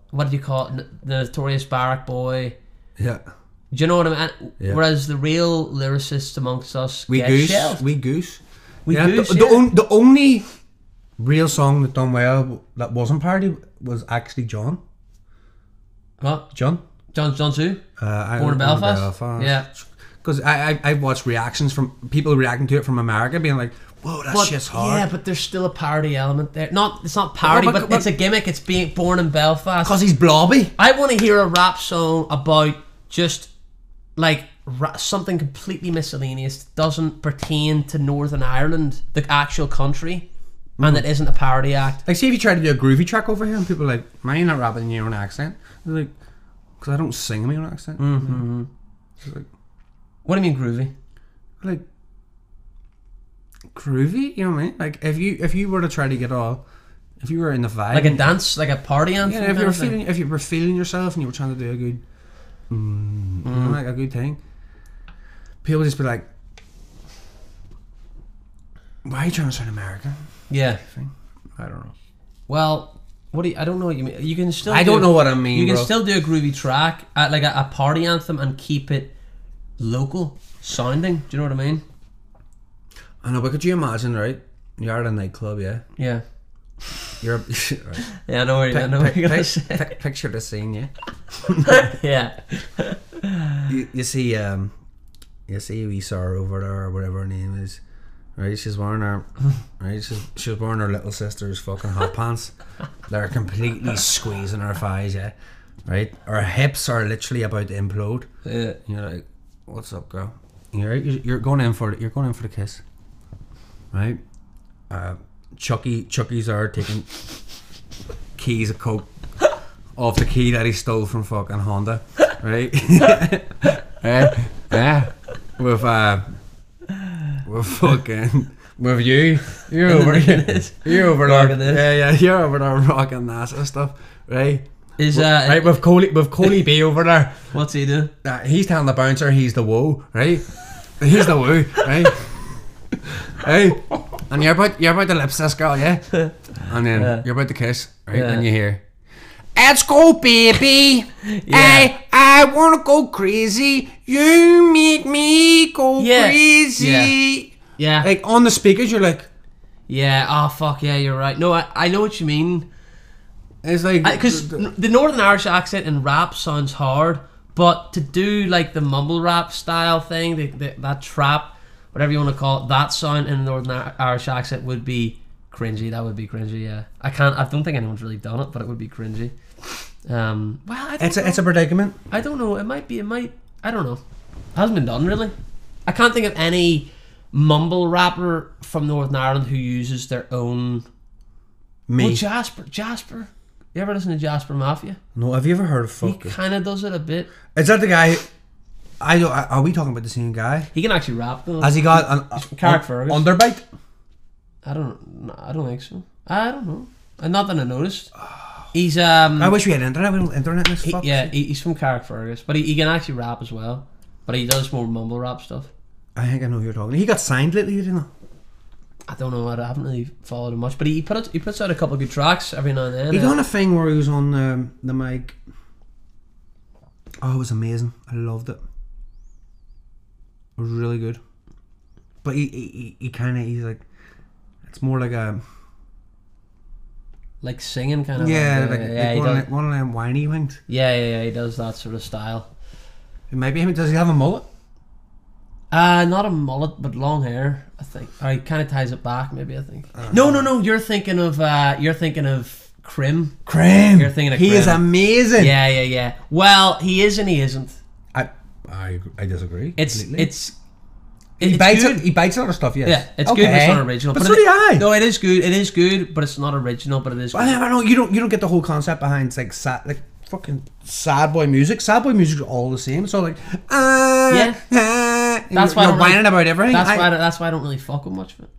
Speaker 3: what do you call it? N- The Notorious Barrack Boy.
Speaker 2: Yeah.
Speaker 3: Do you know what I mean?
Speaker 2: Yeah.
Speaker 3: Whereas the real lyricists amongst us
Speaker 2: We
Speaker 3: get
Speaker 2: goose.
Speaker 3: shelved.
Speaker 2: We goose.
Speaker 3: We
Speaker 2: yeah, oh.
Speaker 3: goose,
Speaker 2: The, the,
Speaker 3: yeah.
Speaker 2: on, the only real song that done well that wasn't parody was actually John.
Speaker 3: What?
Speaker 2: John.
Speaker 3: John John Zoo?
Speaker 2: Uh, I-
Speaker 3: Born in Belfast? Yeah.
Speaker 2: Because I, I I watched reactions from people reacting to it from America being like, "Whoa, that
Speaker 3: But-
Speaker 2: shit's hard."
Speaker 3: Yeah, but there's still a parody element there. Not it's not parody,
Speaker 2: Well,
Speaker 3: but,
Speaker 2: but- but-
Speaker 3: it's a gimmick. It's being born in Belfast.
Speaker 2: because he's blobby.
Speaker 3: I want to hear a rap song about just like ra- something completely miscellaneous that doesn't pertain to Northern Ireland, the actual country, and that isn't a parody act.
Speaker 2: Like, see if you try to do a groovy track over here, and people are like, "Man, you're not rapping in your own accent." They're like, "Because I don't sing in my own accent."
Speaker 3: Mm-hmm. What do you mean groovy?
Speaker 2: like groovy. You know what I mean? Like if you if you were to try to get all, if you were in the vibe,
Speaker 3: Like a dance, like a party anthem?
Speaker 2: Mm. yeah, if
Speaker 3: kind
Speaker 2: you were
Speaker 3: of thing?
Speaker 2: feeling if you were feeling yourself and you were trying to do a good, mm, you know, like a good thing, people just be like, "Why are you trying to sound American?"
Speaker 3: yeah.
Speaker 2: I don't know.
Speaker 3: Well, what do you, I don't know what you mean. You can still
Speaker 2: I don't
Speaker 3: do-
Speaker 2: know what I mean.
Speaker 3: You can
Speaker 2: bro.
Speaker 3: still do a groovy track, uh, like a, a party anthem, and keep it local sounding. Do you know what I mean?
Speaker 2: I know, but could you imagine, right? You're at a nightclub, yeah.
Speaker 3: Yeah.
Speaker 2: You're right.
Speaker 3: Yeah, I know where you I know what you're gonna say.
Speaker 2: pic- picture the scene, yeah.
Speaker 3: Yeah.
Speaker 2: you, you see um you see we saw her over there or whatever her name is right she's wearing her right she's, she's wearing her little sister's fucking hot pants they're completely squeezing her thighs yeah right her hips are literally about to implode
Speaker 3: Yeah.
Speaker 2: you're like what's up girl you're, you're going in for it you're going in for the kiss right uh Chucky Chucky's are taking keys of coke off the key that he stole from fucking Honda, right? yeah, yeah. With uh, with fucking with you, you're
Speaker 3: In the
Speaker 2: over here,
Speaker 3: business.
Speaker 2: you're over
Speaker 3: Rocking
Speaker 2: there,
Speaker 3: this.
Speaker 2: yeah, yeah, you're over there rocking NASA stuff, right?
Speaker 3: Is uh,
Speaker 2: Right with Coley, with Coley B over there.
Speaker 3: what's he do?
Speaker 2: Uh, he's telling the bouncer he's the woo, right? He's the woo, right? hey, and you're about you're about to lips this girl, yeah? And then
Speaker 3: Yeah.
Speaker 2: you're about to kiss, right?
Speaker 3: Yeah.
Speaker 2: And you hear, "Let's go, baby.
Speaker 3: Yeah.
Speaker 2: I I wanna go crazy. You make me go
Speaker 3: Yeah.
Speaker 2: crazy."
Speaker 3: Yeah.
Speaker 2: Like on the speakers, you're like,
Speaker 3: yeah. Oh fuck. Yeah, you're right. No, I, I know what you mean.
Speaker 2: it's like
Speaker 3: Because the Northern Irish accent in rap sounds hard, but to do like the mumble rap style thing, the, the, that trap whatever you want to call it, that sound in a Northern Ir- Irish accent would be cringy. That would be cringy. Yeah, I can't. I don't think anyone's really done it, but it would be cringy. Um, well, I don't
Speaker 2: It's a,
Speaker 3: know.
Speaker 2: it's a predicament.
Speaker 3: I don't know. It might be. It might. I don't know. It hasn't been done really. I can't think of any mumble rapper from Northern Ireland who uses their own.
Speaker 2: Me.
Speaker 3: Well, Jasper. Jasper. You ever listen to Jasper Mafia?
Speaker 2: no, have you ever heard of
Speaker 3: He
Speaker 2: fuck?
Speaker 3: kind of does it a bit.
Speaker 2: Is that the guy? I don't. Are we talking about the same guy?
Speaker 3: He can actually rap though.
Speaker 2: Has he got an
Speaker 3: Carrick
Speaker 2: un-
Speaker 3: Fergus.
Speaker 2: underbite?
Speaker 3: I don't. no, I don't think so. I don't know. Uh, Not that I noticed. He's um.
Speaker 2: I wish we had internet. We don't internet in this.
Speaker 3: he-
Speaker 2: fuck.
Speaker 3: yeah, he, he's from Carrickfergus, but he, he can actually rap as well. But he does more mumble rap stuff.
Speaker 2: I think I know who you're talking. He got signed lately, didn't he?
Speaker 3: I don't know. I haven't really followed him much, but he put out, he puts out a couple of good tracks every now and then.
Speaker 2: He
Speaker 3: Uh,
Speaker 2: done a thing where he was on um, the mic. Oh, it was amazing. I loved it. It was really good. But he he, he, he kind of he's like, it's more like a
Speaker 3: like singing kind of.
Speaker 2: yeah,
Speaker 3: like,
Speaker 2: like,
Speaker 3: yeah,
Speaker 2: like
Speaker 3: yeah, he
Speaker 2: one, of
Speaker 3: does,
Speaker 2: them- one of them whiny wings.
Speaker 3: yeah, yeah, yeah, he does that sort of style.
Speaker 2: It might be him. Does he have a mullet?
Speaker 3: Uh, not a mullet, but long hair. I think. Or he kind of ties it back, maybe. I think.
Speaker 2: Uh-huh.
Speaker 3: no, no, no. You're thinking of. Uh, you're thinking of Crim.
Speaker 2: Cram.
Speaker 3: You're thinking of
Speaker 2: he is
Speaker 3: Cram.
Speaker 2: amazing.
Speaker 3: Yeah, yeah, yeah. Well, he is and he isn't.
Speaker 2: I I, I disagree.
Speaker 3: It's
Speaker 2: completely.
Speaker 3: it's.
Speaker 2: he
Speaker 3: it's
Speaker 2: bites
Speaker 3: good.
Speaker 2: it, he bites a lot of stuff. Yes.
Speaker 3: Yeah, it's good. But it's not original.
Speaker 2: But,
Speaker 3: it
Speaker 2: so do I.
Speaker 3: is- No, it is good. It is good, but it's not original. But it is.
Speaker 2: But I
Speaker 3: good.
Speaker 2: don't know. You don't. You don't get the whole concept behind like sad, like fucking sad boy music. Sad boy music is all the same. It's all like ah,
Speaker 3: Yeah.
Speaker 2: ah, and
Speaker 3: That's
Speaker 2: you're,
Speaker 3: why I
Speaker 2: you're whining
Speaker 3: don't really-
Speaker 2: about everything.
Speaker 3: That's
Speaker 2: I,
Speaker 3: why. I don't- That's why I don't really fuck with much of it.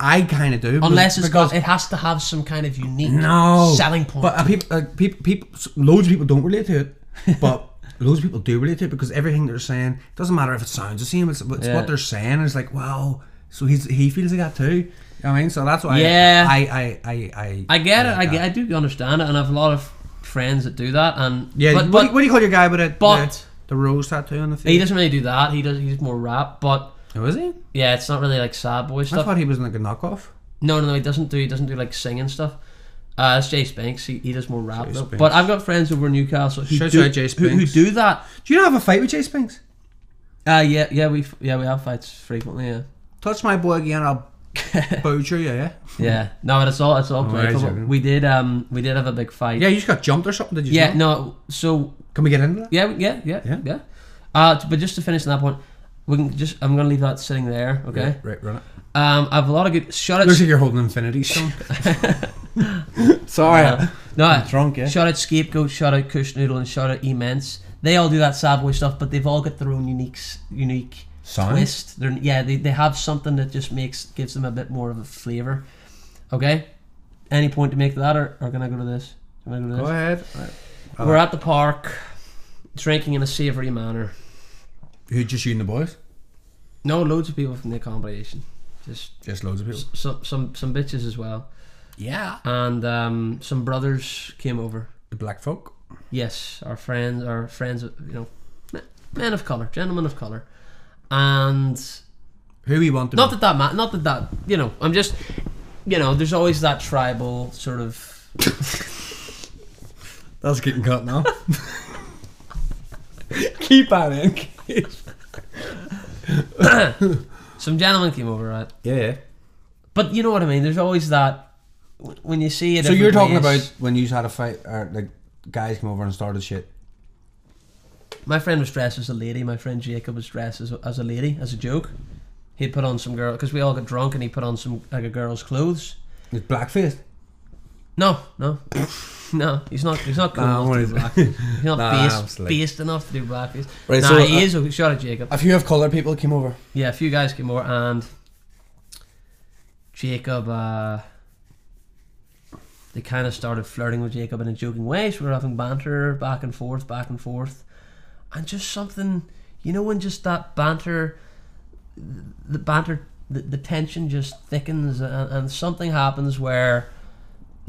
Speaker 2: I kind of do.
Speaker 3: Unless it's
Speaker 2: because
Speaker 3: got, it has to have some kind of unique
Speaker 2: no
Speaker 3: selling point.
Speaker 2: But uh, people, uh, people, people, s- loads of people don't relate to it. But loads of people do relate to it because everything they're saying it doesn't matter if it sounds the same. It's, it's
Speaker 3: Yeah.
Speaker 2: what they're saying. It's like wow. So he's he feels like that too. You know what I mean, so that's why
Speaker 3: Yeah.
Speaker 2: I I I I,
Speaker 3: I get it. I,
Speaker 2: like
Speaker 3: get,
Speaker 2: that.
Speaker 3: I do understand it, and I have a lot of friends that do that. And
Speaker 2: Yeah, what,
Speaker 3: but,
Speaker 2: do
Speaker 3: but
Speaker 2: you, what do you call your guy with it?
Speaker 3: but-
Speaker 2: the, the rose tattoo on the face.
Speaker 3: he doesn't really do that. He does. He's more rap, but
Speaker 2: Oh, is he?
Speaker 3: yeah, it's not really like sad boy
Speaker 2: I
Speaker 3: stuff.
Speaker 2: thought he was like a knockoff.
Speaker 3: No, no, no. He doesn't do. He doesn't do like singing stuff. Uh, that's Jay Spinks. He, he does more rap.
Speaker 2: Jay
Speaker 3: though.
Speaker 2: Spinks.
Speaker 3: But I've got friends over in Newcastle who
Speaker 2: Shout
Speaker 3: do
Speaker 2: out Jay
Speaker 3: who, who
Speaker 2: Spinks.
Speaker 3: do that.
Speaker 2: Do you not have a fight with Jay Spinks?
Speaker 3: Uh, yeah, yeah, we yeah we have fights frequently. Yeah,
Speaker 2: Touch my boy again, I'll butcher you, yeah?
Speaker 3: yeah. No, it's all it's all
Speaker 2: Oh,
Speaker 3: playful.
Speaker 2: right,
Speaker 3: We did um we did have a big fight.
Speaker 2: Yeah, you just got jumped or something, did you?
Speaker 3: yeah.
Speaker 2: not?
Speaker 3: No, so
Speaker 2: Can we get into that?
Speaker 3: Yeah, yeah, yeah,
Speaker 2: Yeah.
Speaker 3: yeah. yeah. Uh, t- but just to finish on that point, we can just. I'm gonna leave that sitting there. Okay.
Speaker 2: Right, run it.
Speaker 3: Um, I have a lot of good. Shout out.
Speaker 2: Looks like you're holding Infinity Stone. Sorry.
Speaker 3: uh, no,
Speaker 2: drunk, yeah?
Speaker 3: shout out scapegoat. Shout out Kush Noodle and shout out Immense. They all do that sad boy stuff, but they've all got their own unique, s- unique
Speaker 2: Sound?
Speaker 3: twist. They're, yeah, they, they have something that just makes gives them a bit more of a flavor. Okay. Any point to make to that, or, or can I go to this? Can I go to this?
Speaker 2: Go ahead. Right.
Speaker 3: We're at the park, drinking in a savoury manner.
Speaker 2: Who just you and the boys?
Speaker 3: No, loads of people from the accommodation. Just
Speaker 2: Just loads of people.
Speaker 3: some some some bitches as well,
Speaker 2: Yeah.
Speaker 3: and um, some brothers came over.
Speaker 2: The black folk.
Speaker 3: Yes, our friends, our friends, you know, me- men of color, gentlemen of color, and
Speaker 2: Who we want to
Speaker 3: not
Speaker 2: be.
Speaker 3: that that ma- not that that you know. I'm just, you know, there's always that tribal sort of.
Speaker 2: That's getting cut now. Keep at it.
Speaker 3: Some gentlemen came over, right?
Speaker 2: Yeah, yeah.
Speaker 3: But you know what I mean. There's always that w- when you see it.
Speaker 2: So you're talking about when you had a fight, or like guys came over and started shit.
Speaker 3: My friend was dressed as a lady. My friend Jacob was dressed as a, as a lady, as a joke. He put on some girl because we all got drunk, and he put on some like a girl's clothes.
Speaker 2: It's blackface.
Speaker 3: No, no, no. He's not. He's not cool
Speaker 2: Nah,
Speaker 3: enough
Speaker 2: what
Speaker 3: to
Speaker 2: is
Speaker 3: do
Speaker 2: it?
Speaker 3: blackface. He's not
Speaker 2: Nah, I'm
Speaker 3: based,
Speaker 2: slick.
Speaker 3: based enough to do blackface.
Speaker 2: Right,
Speaker 3: nah,
Speaker 2: so,
Speaker 3: he
Speaker 2: uh,
Speaker 3: is. a- Shout out Jacob.
Speaker 2: A few of colour people came over.
Speaker 3: Yeah, a few guys came over, and Jacob. Uh, they kind of started flirting with Jacob in a joking way. So we were having banter back and forth, back and forth, and just something, you know, when just that banter, the banter, the, the tension just thickens, and, and something happens where.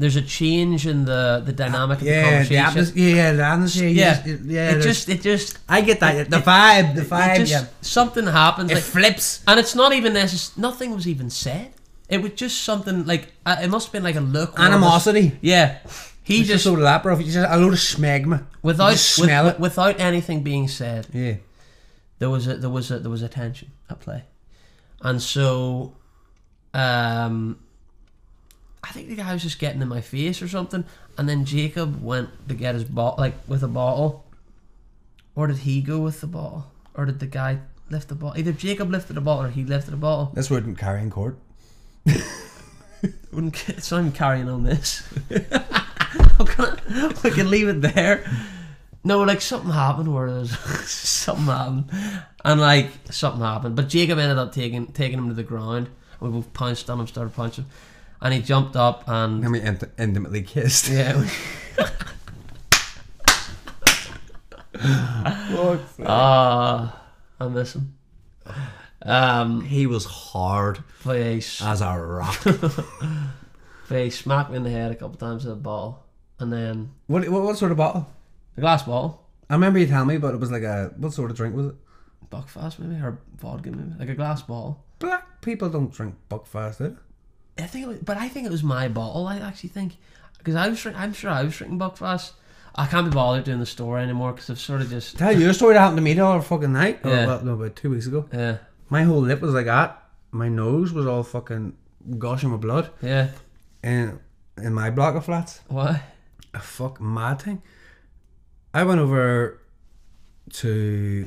Speaker 3: There's a change in the, the dynamic of the
Speaker 2: Yeah, the
Speaker 3: conversation.
Speaker 2: atmos- yeah, yeah, the atmosphere. you
Speaker 3: yeah,
Speaker 2: just- it- yeah.
Speaker 3: it
Speaker 2: there's-
Speaker 3: just it just
Speaker 2: I get that.
Speaker 3: it-
Speaker 2: the
Speaker 3: it-
Speaker 2: vibe, the
Speaker 3: it
Speaker 2: vibe.
Speaker 3: just-
Speaker 2: yeah.
Speaker 3: something happens. like-
Speaker 2: flips.
Speaker 3: and it's not even necess- nothing was even said. It was just something like uh, it must have been like a look. one of us-
Speaker 2: Animosity.
Speaker 3: Yeah, he
Speaker 2: It's just
Speaker 3: just,
Speaker 2: so that, bro. If you just a load of smegma.
Speaker 3: without
Speaker 2: you just smell
Speaker 3: with-
Speaker 2: it.
Speaker 3: without anything being said,
Speaker 2: yeah.
Speaker 3: there was a there was a there was a tension at play, and so um, I think the guy was just getting in my face or something, and then Jacob went to get his bottle, like with a bottle, or did he go with the bottle, or did the guy lift the bottle? Either Jacob lifted the bottle or he lifted the bottle.
Speaker 2: This wouldn't carry in court.
Speaker 3: Wouldn't ca- so I'm carrying on this. I'm gonna, I can leave it there. No, like something happened where there was something happened, and like something happened. But Jacob ended up taking taking him to the ground. We both punched on him, started punching, and he jumped up and
Speaker 2: And we int- intimately kissed.
Speaker 3: yeah. Ah, I miss him. Um,
Speaker 2: He was hard
Speaker 3: but yeah, he s-
Speaker 2: as a rock.
Speaker 3: but he smacked me in the head a couple times with a bottle, and then
Speaker 2: what, what, what sort of bottle?
Speaker 3: the glass bottle.
Speaker 2: I remember you telling me, but it was like a what sort of drink was it?
Speaker 3: Buckfast maybe or vodka maybe like a glass bottle.
Speaker 2: Black people don't drink Buckfast, eh? do they?
Speaker 3: I think, it was, but I think it was my bottle. I actually think because I was, drink- I'm sure I was drinking Buckfast. I can't be bothered doing the story anymore because I've sort of just
Speaker 2: Tell you a story that happened to me the other fucking night. Oh,
Speaker 3: Yeah.
Speaker 2: well, no, about two weeks ago.
Speaker 3: yeah
Speaker 2: My whole lip was like that. My nose was all fucking gushing with blood.
Speaker 3: yeah
Speaker 2: And in my block of flats,
Speaker 3: what
Speaker 2: a fuck mad thing. I went over to.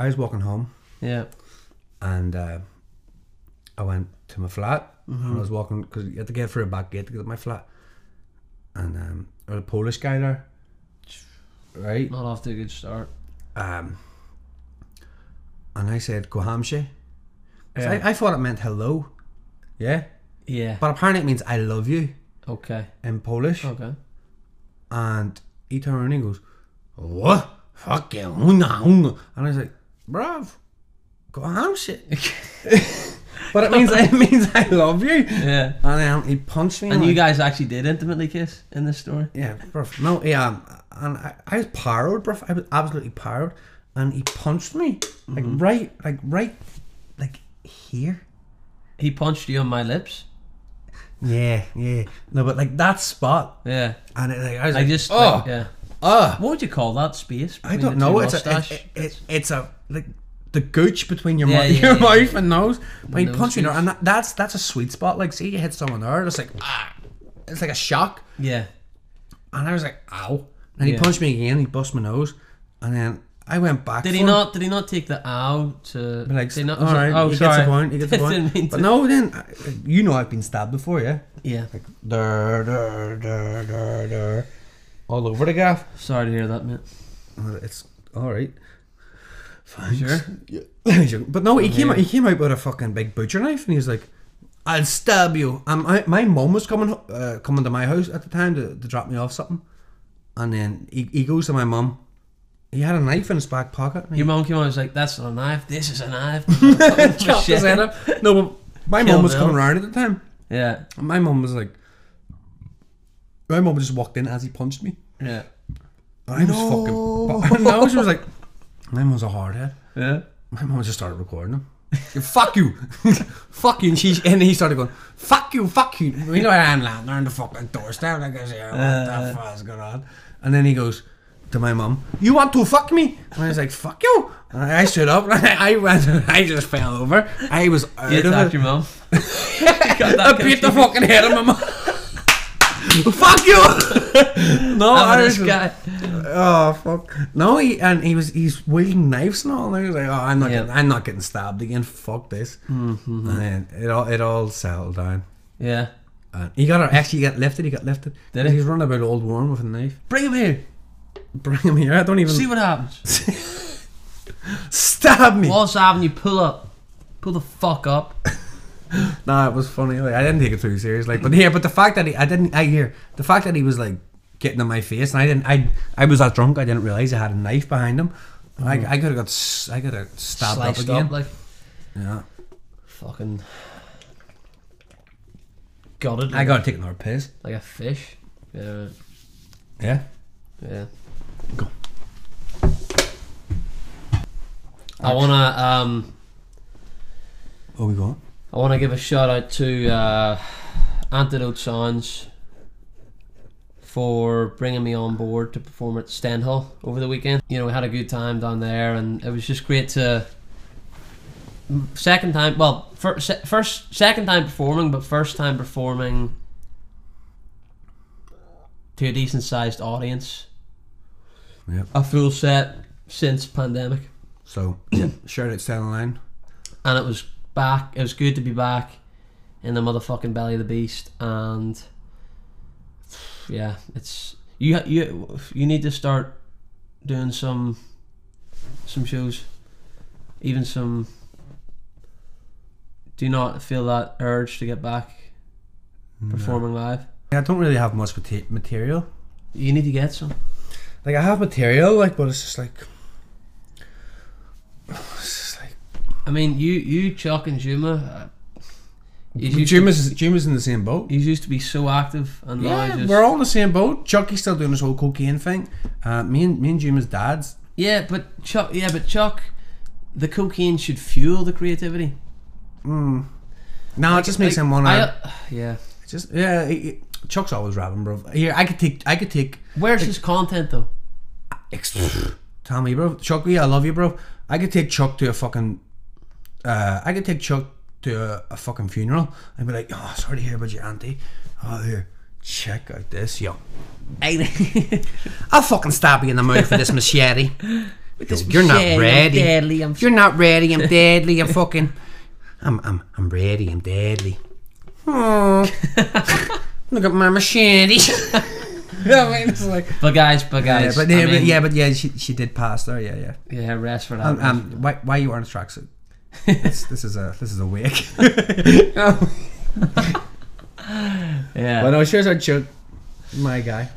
Speaker 2: I was walking home
Speaker 3: yeah
Speaker 2: and uh, I went to my flat and I was walking because you had to get through a back gate to get to my flat. And um, there was a Polish guy there, right?
Speaker 3: not off to a good start.
Speaker 2: Um, and I said Kohamshe. 'Cause
Speaker 3: Yeah.
Speaker 2: I, I thought it meant hello, yeah,
Speaker 3: Yeah.
Speaker 2: but apparently it means I love you
Speaker 3: Okay.
Speaker 2: in Polish.
Speaker 3: Okay.
Speaker 2: And he turned around and goes, What? Fucking huna huna. And I was like, Bruv, go ham shit. but it means it means I love you.
Speaker 3: Yeah.
Speaker 2: And then he punched me.
Speaker 3: And you
Speaker 2: like-
Speaker 3: guys actually did intimately kiss in this story.
Speaker 2: Yeah, bruv. No, yeah. um, And I, I was parred, bruv. I was absolutely parred. And he punched me. Like
Speaker 3: Mm-hmm.
Speaker 2: right, like right, like here.
Speaker 3: He punched you on my lips.
Speaker 2: Yeah, yeah. No, but like that spot.
Speaker 3: Yeah.
Speaker 2: And it, like, I was
Speaker 3: I
Speaker 2: like,
Speaker 3: just
Speaker 2: oh,
Speaker 3: like, yeah.
Speaker 2: oh.
Speaker 3: What would you call that space?
Speaker 2: I don't
Speaker 3: between the two
Speaker 2: know. It's a,
Speaker 3: mustache?
Speaker 2: it, it, it, it's a like the gooch between your,
Speaker 3: Yeah,
Speaker 2: mou-
Speaker 3: yeah,
Speaker 2: your
Speaker 3: yeah.
Speaker 2: mouth and nose. But you
Speaker 3: nose
Speaker 2: punch you there,
Speaker 3: gooch.
Speaker 2: and that, that's that's a sweet spot. Like, see, you hit someone there, it's like ah, it's like a shock.
Speaker 3: yeah.
Speaker 2: And I was like, ow. And he
Speaker 3: Yeah.
Speaker 2: punched me again. He bust my nose, and then I went back.
Speaker 3: Did
Speaker 2: for
Speaker 3: he
Speaker 2: him.
Speaker 3: not? Did he not take the ow to?
Speaker 2: But Like,
Speaker 3: did he not,
Speaker 2: all right,
Speaker 3: oh,
Speaker 2: you
Speaker 3: sorry.
Speaker 2: get the point. You get the
Speaker 3: Didn't mean
Speaker 2: point. But
Speaker 3: to-
Speaker 2: no, then uh, you know I've been stabbed before, yeah.
Speaker 3: Yeah.
Speaker 2: Der, der, der, der, der, all over the gaff.
Speaker 3: Sorry to hear that, mate.
Speaker 2: Uh, It's all right. Fine.
Speaker 3: Sure.
Speaker 2: Yeah. but no, he came. Out, he came out with a fucking big butcher knife, and he was like, "I'll stab you." Um, I, my mom was coming, ho- uh, coming to my house at the time to, to drop me off something, and then he, he goes to my mum. He had a knife in his back pocket. And he
Speaker 3: Your mom came on and was like, "That's not a knife. This is a knife."
Speaker 2: chopped his head up. No, but my
Speaker 3: Kill
Speaker 2: mum was
Speaker 3: Bill.
Speaker 2: coming around at the time.
Speaker 3: Yeah.
Speaker 2: And my mum was like, my mum just walked in as he punched me.
Speaker 3: Yeah.
Speaker 2: I was fucking. No, she was like, my mum's a hard head.
Speaker 3: Yeah.
Speaker 2: My mom just started recording him. fuck you, fuck you, and she and he started going, fuck you, fuck you. You know, I'm landing on the fucking doorstep. Like I say, "Oh, what the fuck is going on? And then he goes to my mom, "You want to fuck me?" And I was like, "Fuck you!" And I stood up and I went, I just fell over. I was out
Speaker 3: You
Speaker 2: of
Speaker 3: attacked
Speaker 2: it.
Speaker 3: your mom.
Speaker 2: I beat the fucking head of my mom. fuck you! no,
Speaker 3: Oh,
Speaker 2: I
Speaker 3: this
Speaker 2: was
Speaker 3: guy.
Speaker 2: Oh fuck! No, he and he was he's wielding knives and all, and I was like, oh, I'm not,
Speaker 3: Yeah.
Speaker 2: getting, I'm not getting stabbed again. Fuck this! Mm-hmm. And then it all it all settled down.
Speaker 3: Yeah.
Speaker 2: And he got actually he got lifted. He got lifted.
Speaker 3: Did he?
Speaker 2: He's running about old warm with a knife.
Speaker 3: Bring him here.
Speaker 2: Bring him here. I don't even
Speaker 3: See what happens.
Speaker 2: stab me.
Speaker 3: Wallace Avenue, pull up. Pull the fuck up.
Speaker 2: Nah, it was funny. Like, I didn't take it too seriously. Like, but here, but the fact that he, I didn't, I hear the fact that he was like getting in my face, and I didn't, I, I was that drunk. I didn't realize I had a knife behind him. I, I could have got, s- I could have stabbed
Speaker 3: Mm. Sliced
Speaker 2: up again.
Speaker 3: like
Speaker 2: yeah.
Speaker 3: fucking. Got it.
Speaker 2: I got to take another piss.
Speaker 3: like a fish. Yeah.
Speaker 2: Yeah.
Speaker 3: Yeah.
Speaker 2: Go.
Speaker 3: I wanna um
Speaker 2: Oh, we go.
Speaker 3: I wanna give a shout out to uh, Antidote Sounds for bringing me on board to perform at Stenhill over the weekend. You know, we had a good time down there, and it was just great to second time. Well, fir- se- first, second time performing, but first time performing to a decent sized audience.
Speaker 2: Yep.
Speaker 3: A full set since pandemic,
Speaker 2: So, yeah, shout out Stella Line.
Speaker 3: and it was back. It was good to be back in the motherfucking belly of the beast, and yeah, it's you. You you need to start doing some some shows, even some. Do you not feel that urge to get back performing live.
Speaker 2: Yeah, I don't really have much mate- material.
Speaker 3: You need to get some.
Speaker 2: Like I have material, like, but it's just like, it's just like.
Speaker 3: I mean, you you Chuck and Juma. uh, You used, to,
Speaker 2: Juma's, Juma's in the same boat.
Speaker 3: you used to be so active, and now
Speaker 2: Yeah,
Speaker 3: just
Speaker 2: we're all in the same boat. Chucky's still doing his whole cocaine thing. Uh, me and me and Juma's dad's.
Speaker 3: yeah, but Chuck, yeah, but Chuck, the cocaine should fuel the creativity.
Speaker 2: No, it just makes
Speaker 3: Like,
Speaker 2: him want
Speaker 3: I-
Speaker 2: to.
Speaker 3: yeah.
Speaker 2: Just yeah, he- he- Chuck's always rapping, bro. Here, I could take, I could take.
Speaker 3: Where's his content though?
Speaker 2: Ex- Tommy, bro, Chucky, I love you, bro. I could take Chuck to a fucking. Uh, I could take Chuck to a, a fucking funeral and be like, "Oh, sorry to hear about your auntie. Oh, here, check out this, yo. I'll fucking stab you in the mouth with this machete. With this you're
Speaker 3: machete, I'm
Speaker 2: not ready.
Speaker 3: deadly, I'm-
Speaker 2: you're not ready. I'm deadly. I'm fucking. I'm I'm I'm ready. I'm deadly. Oh, look at my machete. you know what I mean? It's like.
Speaker 3: But guys, but
Speaker 2: Yeah,
Speaker 3: guys,
Speaker 2: but,
Speaker 3: I
Speaker 2: yeah, but
Speaker 3: mean-
Speaker 2: yeah, but yeah, she she did pass there. Yeah, yeah.
Speaker 3: yeah, rest for that.
Speaker 2: Um,
Speaker 3: rest.
Speaker 2: um, why why you wearing a tracksuit? this, this is a this is a wig. but
Speaker 3: yeah,
Speaker 2: no, sure as I joke, my guy.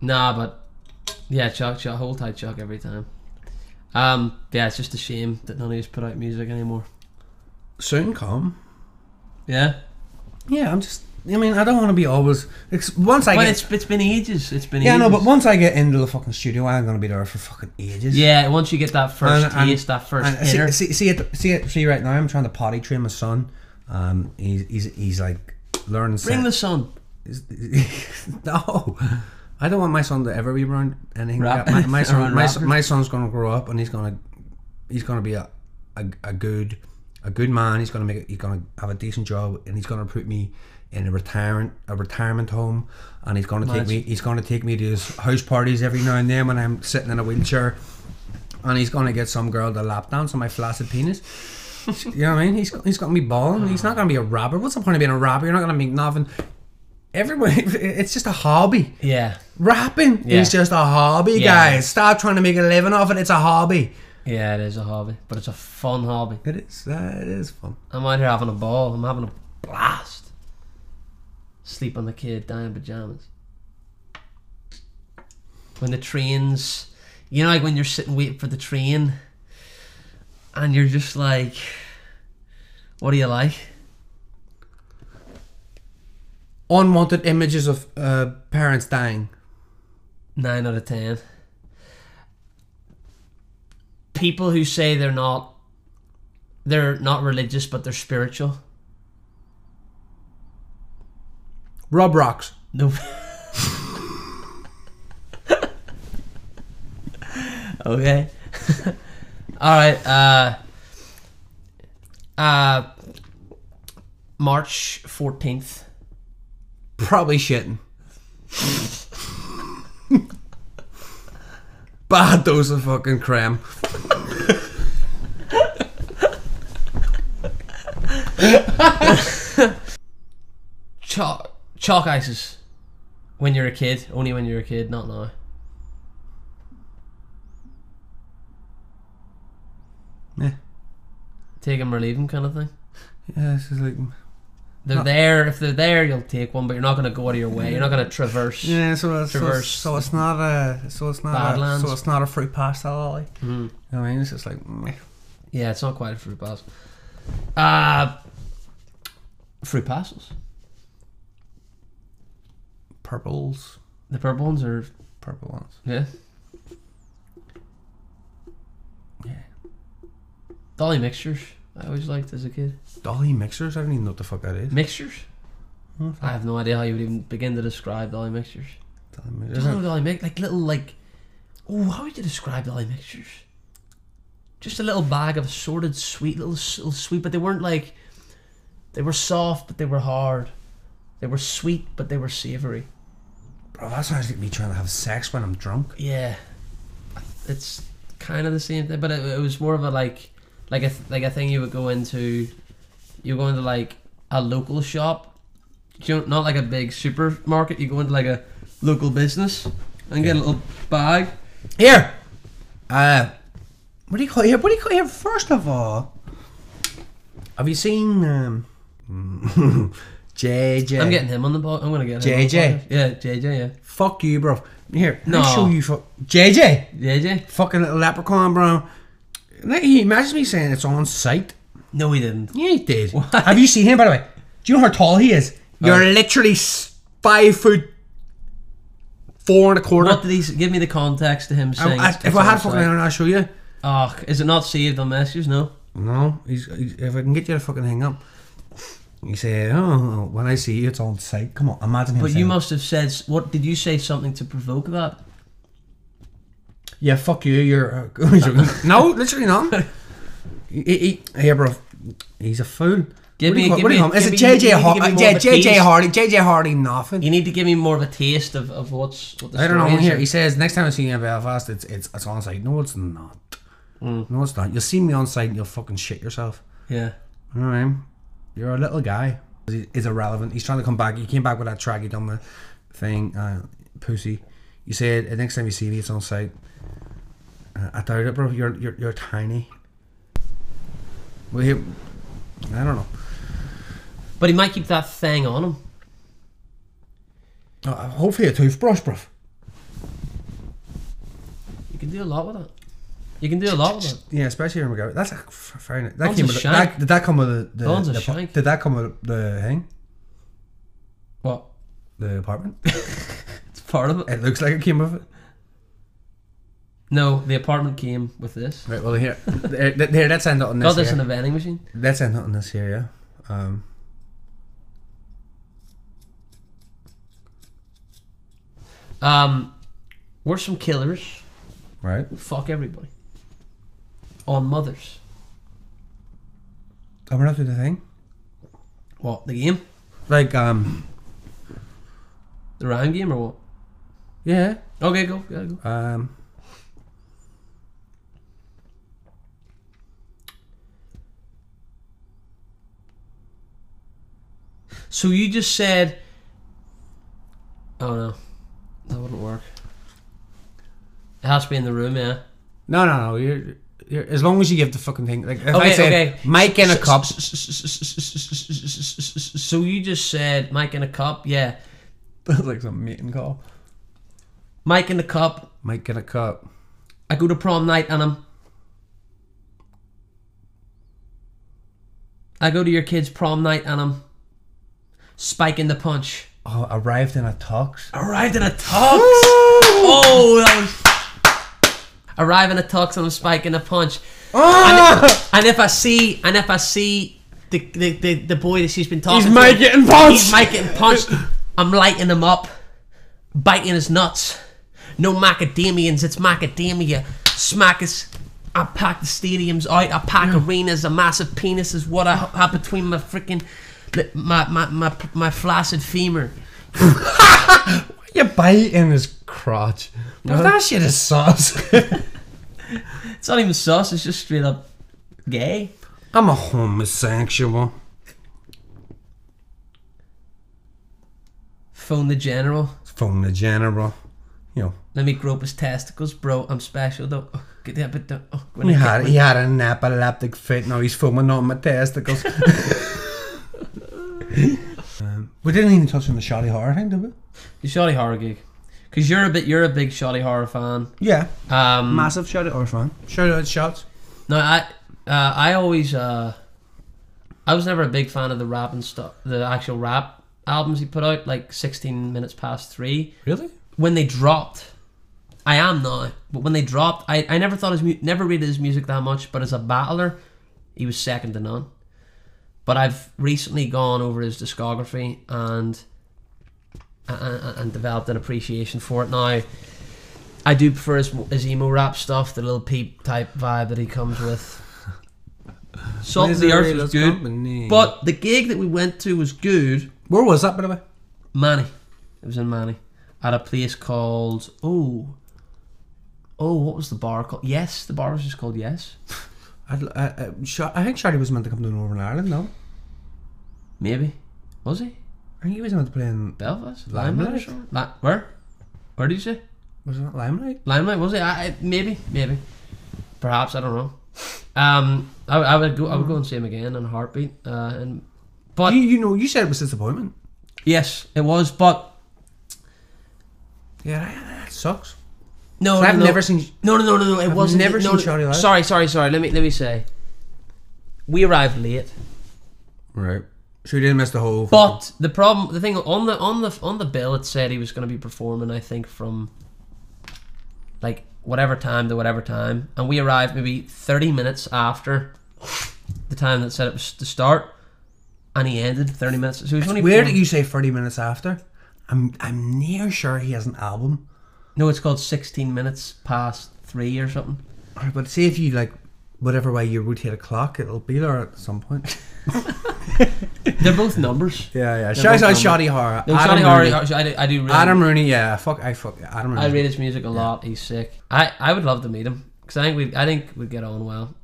Speaker 3: Nah, but yeah, Chuck, Chuck, hold tight, Chuck, every time. Um, yeah, it's just a shame that none of us put out music anymore.
Speaker 2: Soon come.
Speaker 3: Yeah,
Speaker 2: Yeah, I'm just. I mean, I don't want to be always. It's, once I
Speaker 3: but
Speaker 2: get.
Speaker 3: it's it's been ages. It's been
Speaker 2: yeah,
Speaker 3: ages.
Speaker 2: no, but once I get into the fucking studio, I'm gonna be there for fucking ages.
Speaker 3: yeah, once you get that first
Speaker 2: And- and-
Speaker 3: taste, that first
Speaker 2: And
Speaker 3: hitter,
Speaker 2: see, see, see, it, see, it, see, right now, I'm trying to potty train my son. Um, he's he's he's like learning.
Speaker 3: bring the sun.
Speaker 2: Is- no, I don't want my son to ever be around anything.
Speaker 3: Rap-
Speaker 2: like that. My, my
Speaker 3: around
Speaker 2: son, my,
Speaker 3: rappers.
Speaker 2: son- my son's gonna grow up and he's gonna, he's gonna be a, a, a good, a good man. He's gonna make, it, he's gonna have a decent job, and he's gonna put me in a retirement, a retirement home, and he's gonna
Speaker 3: Nice.
Speaker 2: take me, he's gonna take me to his house parties every now and then when I'm sitting in a wheelchair, and he's gonna get some girl to lap dance on my flaccid penis. You know what I mean? He's he's gonna be balling. He's not gonna be a robber. What's the point of being a robber? You're not gonna make nothing. Everyone, it's just a hobby.
Speaker 3: Yeah,
Speaker 2: Rapping
Speaker 3: Yeah.
Speaker 2: is just a hobby,
Speaker 3: Yeah.
Speaker 2: guys. Stop trying to make a living off it. It's a hobby.
Speaker 3: yeah, it is a hobby, but it's a fun hobby.
Speaker 2: It is. Uh, it is fun.
Speaker 3: I'm out here having a ball. I'm having a blast. Sleep on the kid, die in pajamas. When the trains, you know, like when you're sitting waiting for the train, and you're just like, "What do you like?"
Speaker 2: Unwanted images of uh, parents dying.
Speaker 3: Nine out of ten. People who say they're not, they're not religious, but they're spiritual.
Speaker 2: Rob rocks.
Speaker 3: No. okay. All right. Uh, uh, March fourteenth.
Speaker 2: Probably shitting. Bad dose of fucking cram.
Speaker 3: Chalk chalk ices. When you're a kid, only when you're a kid, not now.
Speaker 2: Yeah.
Speaker 3: Take 'em or leave 'em kind of thing.
Speaker 2: Yeah. It's just like.
Speaker 3: They're there. If they're there, you'll take one, but you're not going to go out of your way. You're not going to traverse.
Speaker 2: Yeah. So it's, so, it's,
Speaker 3: Traverse.
Speaker 2: so it's not a. So it's not. A,
Speaker 3: Badlands. Hmm.
Speaker 2: so it's not a fruit pasta lolly. I mean, it's just like. meh.
Speaker 3: Yeah, it's not quite a fruit pass. Uh, fruit parcels.
Speaker 2: purples,
Speaker 3: The purple ones are
Speaker 2: purple ones.
Speaker 3: yeah.
Speaker 2: Yeah.
Speaker 3: Dolly mixtures. I always liked as a kid.
Speaker 2: Dolly mixers. I don't even know what the fuck that is.
Speaker 3: Mixtures.
Speaker 2: Mm,
Speaker 3: I have no idea how you would even begin to describe dolly mixtures.
Speaker 2: Dolly mixers.
Speaker 3: Dolly, dolly mix like little like. Oh, how would you describe dolly mixtures? just a little bag of assorted sweet, little, s- little sweet, but they weren't like, they were soft, but they were hard. They were sweet, but they were savory.
Speaker 2: Bro, that sounds like me trying to have sex when I'm drunk.
Speaker 3: Yeah, it's kind of the same thing, but it, it was more of a like, like a th- like a thing you would go into. You go into like a local shop, you know, not like a big supermarket. You go into like a local business and get a little bag.
Speaker 2: Here, uh, what do you call here? What do you call here? First of all, have you seen um, JJ?
Speaker 3: I'm getting him on the ball. I'm gonna get him. on the
Speaker 2: JJ.
Speaker 3: podcast. Yeah, JJ.
Speaker 2: fuck you, bro. Here, no.
Speaker 3: No.
Speaker 2: I'll show you. Fuck JJ,
Speaker 3: Yeah, JJ.
Speaker 2: fucking little leprechaun, bro. Like, he imagines me saying it's on site.
Speaker 3: No, he didn't.
Speaker 2: Yeah, he did. Have you seen him, by the way? Do you know how tall he is? Uh, You're literally s- five foot four and a quarter.
Speaker 3: What did he s- give me the context to him
Speaker 2: I-
Speaker 3: saying?
Speaker 2: I-
Speaker 3: it's-
Speaker 2: if
Speaker 3: it's
Speaker 2: I had
Speaker 3: outside?
Speaker 2: fucking hang on, I'll show you.
Speaker 3: oh, is it not saved on messages? No.
Speaker 2: No, he's, he's, if I can get you to fucking hang up. He said, "Oh, when I see you, it's on site. Come on, imagine him."
Speaker 3: But you
Speaker 2: saying,
Speaker 3: must have said s- what? Did you say something to provoke that?
Speaker 2: yeah, fuck you. You're uh, no, literally not. he, he, he- here, bro. He's a fool.
Speaker 3: Give
Speaker 2: What do
Speaker 3: me-
Speaker 2: you call-
Speaker 3: give
Speaker 2: what do you
Speaker 3: me-
Speaker 2: call him? Is
Speaker 3: give
Speaker 2: it
Speaker 3: me-
Speaker 2: JJ
Speaker 3: give me-
Speaker 2: Hardy?
Speaker 3: give me more
Speaker 2: Yeah,
Speaker 3: of a
Speaker 2: JJ
Speaker 3: taste.
Speaker 2: Hardy. JJ Hardy. Nothing.
Speaker 3: You need to give me more of a taste of, of what's what the
Speaker 2: I don't know.
Speaker 3: story is
Speaker 2: Here, he says, next time I see you in Belfast, it's it's it's on site. No, it's not. No, it's not. You'll see me on site, and you'll fucking shit yourself.
Speaker 3: Yeah.
Speaker 2: All right. You're a little guy. He- He's irrelevant. He's trying to come back. He came back with that track he done the thing, uh, pussy. You said the next time you see me, it's on site. Uh, I doubt it, bro. You're you're, you're tiny. Well, he, I don't know.
Speaker 3: But he might keep that thing on him.
Speaker 2: Uh, hopefully a toothbrush, bro.
Speaker 3: You can do a lot with it. You can do a lot with it.
Speaker 2: Yeah, especially when we go. That's a f- fair enough. That
Speaker 3: Bones
Speaker 2: came
Speaker 3: a
Speaker 2: with the,
Speaker 3: shank.
Speaker 2: that, did that come with the, the,
Speaker 3: Bones a
Speaker 2: the apa-
Speaker 3: shank.
Speaker 2: did that come with the thing,
Speaker 3: What?
Speaker 2: the apartment?
Speaker 3: It's part of it.
Speaker 2: it looks like it came with it.
Speaker 3: No, the apartment came with this.
Speaker 2: Right. Well, here, there, there, let's end it on this.
Speaker 3: Got this
Speaker 2: here.
Speaker 3: in a vending machine.
Speaker 2: Let's end on this here, yeah. Um,
Speaker 3: Um, we're some killers.
Speaker 2: right.
Speaker 3: Fuck everybody. On mothers.
Speaker 2: And we're not doing the thing.
Speaker 3: What? The game?
Speaker 2: Like, um,
Speaker 3: The round game or what?
Speaker 2: yeah.
Speaker 3: Okay, go. Gotta go.
Speaker 2: Um,
Speaker 3: So you just said. Oh no, that wouldn't work. It has to be in the room, yeah.
Speaker 2: no, no, no. You're, you're as long as you give the fucking thing. Like, if I
Speaker 3: Okay,
Speaker 2: said
Speaker 3: okay.
Speaker 2: Mike in a cup,
Speaker 3: So you just said Mike in a cup, yeah.
Speaker 2: that's like some meeting call.
Speaker 3: Mike in a cup.
Speaker 2: Mike in a cup.
Speaker 3: I go to prom night and I'm. I go to your kids' prom night and I'm spiking the punch.
Speaker 2: Oh, arrived in a tux.
Speaker 3: Arrived in a tux. oh, that was. Arrive in a tux and I'm spiking a punch.
Speaker 2: Oh,
Speaker 3: And if I see, and if I see the the, the, the boy that she's been talking
Speaker 2: he's
Speaker 3: to,
Speaker 2: Mike getting punched.
Speaker 3: he's Mike getting punched. I'm lighting him up, biting his nuts. No macadamians, it's macadamia. Smackers. I pack the stadiums out. I pack arenas. A massive penis is what I have between my freaking my my my my flaccid femur.
Speaker 2: You bite in his crotch. Bro, that shit is sauce.
Speaker 3: It's not even sauce. It's just straight up gay.
Speaker 2: I'm a homosexual.
Speaker 3: Phone the general.
Speaker 2: Phone the general. You know,
Speaker 3: Let me grope his testicles, bro. I'm special though. Oh, get that bit down. Oh, when I
Speaker 2: he
Speaker 3: get
Speaker 2: had, he had an epileptic fit. Now he's foaming on my testicles. um, we didn't even touch on the shoddy horror e? thing, did we?
Speaker 3: The Shoddy Horror gig. Cause you're a bit, you're a big Shoddy Horror fan.
Speaker 2: Yeah.
Speaker 3: Um,
Speaker 2: Massive shoddy horror fan. Shout out shots.
Speaker 3: no, I, uh, I always, uh, I was never a big fan of the rap and stuff, the actual rap albums he put out, like 16 minutes past three.
Speaker 2: Really?
Speaker 3: When they dropped, I am now, but when they dropped, I, I never thought his, mu- never read his music that much, but as a battler, he was second to none. But I've recently gone over his discography and and, and developed an appreciation for it now. I do prefer his, his emo rap stuff, the little peep type vibe that he comes with. Salt of the Earth was good, but the gig that we went to was good.
Speaker 2: where was that by the way?
Speaker 3: Manny, it was in Manny, at a place called oh, oh, what was the bar called? Yes, the bar was just called Yes.
Speaker 2: I'd, l- I, I, Sha- I think Shadi was meant to come to Northern Ireland. No,
Speaker 3: Maybe was he
Speaker 2: I think he was meant to play in.
Speaker 3: Belfast?
Speaker 2: Limelight?
Speaker 3: Limelight or something? Li- where? Where did you say?
Speaker 2: Was it not Limelight?
Speaker 3: Limelight was it? I, I, maybe, maybe, perhaps I don't know. Um, I, I would go. I would go and see him again in a heartbeat. Uh, and but
Speaker 2: You, you know, you said it was disappointment.
Speaker 3: yes, it was. But
Speaker 2: Yeah, that, that sucks.
Speaker 3: no,
Speaker 2: I've
Speaker 3: no, no.
Speaker 2: never seen.
Speaker 3: No, no, no, no, no. It
Speaker 2: I've
Speaker 3: wasn't.
Speaker 2: never
Speaker 3: no,
Speaker 2: seen
Speaker 3: no,
Speaker 2: Charlie Live.
Speaker 3: Sorry, sorry, sorry. Let me let me say. We arrived late,
Speaker 2: Right. So you didn't miss the whole.
Speaker 3: but the problem, the thing on the on the on the bill, it said he was going to be performing. I think from like whatever time to whatever time, and we arrived maybe thirty minutes after the time that said it was to start, and he ended thirty minutes. So he was only
Speaker 2: where did
Speaker 3: performing-
Speaker 2: you say thirty minutes after? I'm I'm near sure he has an album.
Speaker 3: No, it's called sixteen minutes past three or something.
Speaker 2: Alright, But say if you like, whatever way you rotate a clock, it'll be there at some point.
Speaker 3: They're both numbers.
Speaker 2: yeah, yeah.
Speaker 3: They're
Speaker 2: Shout out
Speaker 3: both
Speaker 2: Shoddy Horror.
Speaker 3: No,
Speaker 2: Adam
Speaker 3: Johnny Horry,
Speaker 2: Rooney.
Speaker 3: I do. I do really
Speaker 2: Adam Rooney. Yeah, fuck. I fuck Adam Rooney.
Speaker 3: I read his music a lot. He's sick. I, I would love to meet him because I think we I think we'd get on well.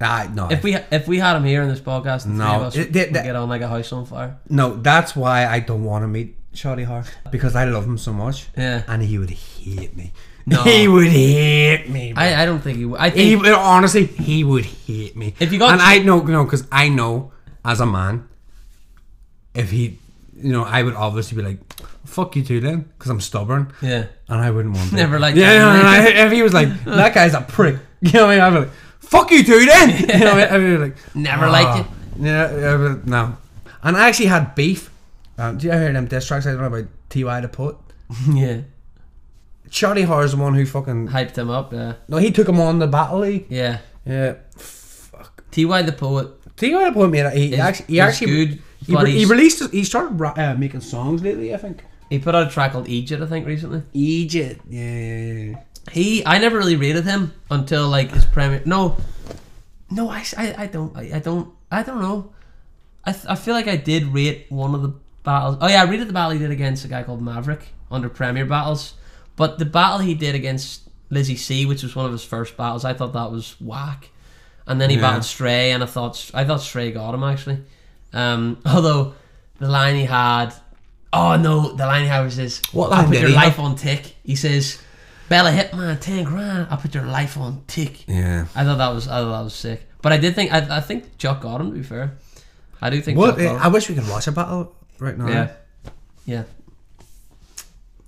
Speaker 2: Ah, no.
Speaker 3: If we if we had him here in this podcast, the
Speaker 2: No,
Speaker 3: three of us
Speaker 2: it- that-
Speaker 3: would
Speaker 2: that-
Speaker 3: get on like a house on fire.
Speaker 2: No, that's why I don't want to meet Shoddy Hart because I love him so much.
Speaker 3: Yeah.
Speaker 2: And he would hate me.
Speaker 3: No.
Speaker 2: He would hate me. bro.
Speaker 3: I, I don't think he. would. I
Speaker 2: he
Speaker 3: think
Speaker 2: would- honestly, he would hate me.
Speaker 3: If you got-
Speaker 2: and I know, no, because I know as a man, if he, you know, I would obviously be like, "Fuck you too, then," because I'm stubborn.
Speaker 3: yeah.
Speaker 2: And I wouldn't want to.
Speaker 3: Never liked
Speaker 2: Yeah,
Speaker 3: that,
Speaker 2: no, no, no,
Speaker 3: really.
Speaker 2: if he was like, "That guy's a prick," you know what I mean? I'd be like, "Fuck you too, then." You know, what I mean? I'd be like, "Ah."
Speaker 3: Never liked it.
Speaker 2: yeah, yeah, but no. And I actually had beef. Um, do you ever hear them diss tracks I don't know about T.Y. the Put?
Speaker 3: yeah.
Speaker 2: Charlie Har's the one who fucking.
Speaker 3: Hyped him up. Yeah.
Speaker 2: No, he took him on the battle league.
Speaker 3: Yeah.
Speaker 2: Yeah.
Speaker 3: Ty the poet.
Speaker 2: T.Y. the Put made it. He
Speaker 3: Is,
Speaker 2: actually. He
Speaker 3: is
Speaker 2: actually
Speaker 3: good.
Speaker 2: he,
Speaker 3: but
Speaker 2: re- he
Speaker 3: he's-
Speaker 2: released. his- He started ra- uh, making songs lately, I think.
Speaker 3: he put out a track called Egypt, I think, recently.
Speaker 2: Egypt. Yeah, yeah, yeah.
Speaker 3: He, I never really rated him until like his premier. No, no, I, s- I, I don't, I, I don't, I don't know. I, th- I feel like I did rate one of the battles. Oh yeah, I rated the battle he did against a guy called Maverick under premier battles, but the battle he did against Lizzie C, which was one of his first battles, I thought that was whack. And then he
Speaker 2: Yeah.
Speaker 3: battled Stray, and I thought I thought Stray got him actually. Um, although the line he had, oh no, the line he had was this.
Speaker 2: What
Speaker 3: I
Speaker 2: line
Speaker 3: put
Speaker 2: did
Speaker 3: your
Speaker 2: he have?
Speaker 3: life on tick. He says, Bella hit mine ten grand. I put your life on tick.
Speaker 2: Yeah.
Speaker 3: I thought that was I thought that was sick. But I did think I, I think Chuck got him to be fair. I do think
Speaker 2: What?
Speaker 3: Chuck
Speaker 2: uh,
Speaker 3: got
Speaker 2: I
Speaker 3: him.
Speaker 2: wish we could watch a battle right now.
Speaker 3: yeah. Yeah.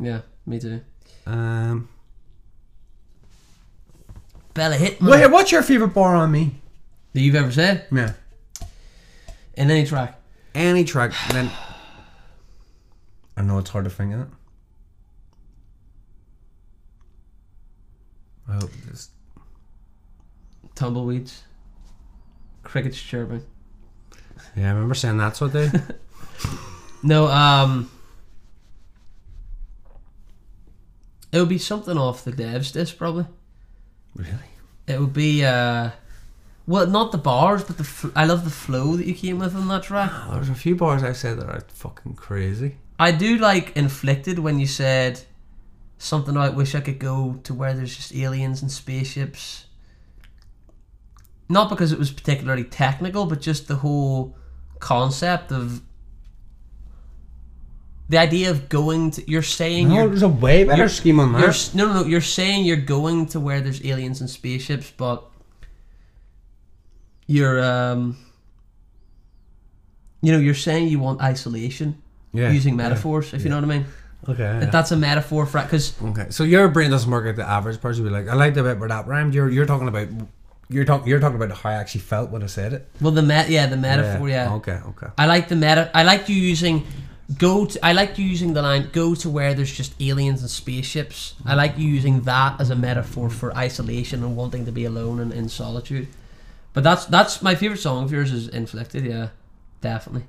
Speaker 3: Yeah, me too.
Speaker 2: Um.
Speaker 3: Bella hit mine.
Speaker 2: Wait, what's your favorite bar on me?
Speaker 3: that you've ever said
Speaker 2: Yeah.
Speaker 3: in any track.
Speaker 2: Any track. Then. I know it's hard to think of. I hope this.
Speaker 3: Tumbleweeds. Crickets chirping.
Speaker 2: Yeah, I remember saying that's what they.
Speaker 3: No, um It would be something off the devs disc probably.
Speaker 2: really?
Speaker 3: It would be uh well, not the bars, but the fl- I love the flow that you came with on that track.
Speaker 2: Oh, there's a few bars I said that are fucking crazy.
Speaker 3: I do like inflicted when you said something about wish I could go to where there's just aliens and spaceships. Not because it was particularly technical, but just the whole concept of the idea of going to you're saying you're,
Speaker 2: a way better
Speaker 3: you're-
Speaker 2: scheme on
Speaker 3: you're s- no no no you're saying you're going to where there's aliens and spaceships, but you're um you know you're saying you want isolation
Speaker 2: Yeah,
Speaker 3: using
Speaker 2: yeah,
Speaker 3: metaphors, if you know what I mean.
Speaker 2: Okay.
Speaker 3: If that's a metaphor for because
Speaker 2: okay. So your brain doesn't work at the average person. Be like, I like the bit where that rhymed. You're you're talking about. You're talking. You're talking about how I actually felt when I said it.
Speaker 3: well the met yeah the metaphor yeah.
Speaker 2: Okay. Okay.
Speaker 3: I like the meta. I like you using go. To, I like you using the line go to where there's just aliens and spaceships. I like you using that as a metaphor for isolation and wanting to be alone and in solitude. But that's that's my favorite song of yours is inflicted. Yeah, definitely.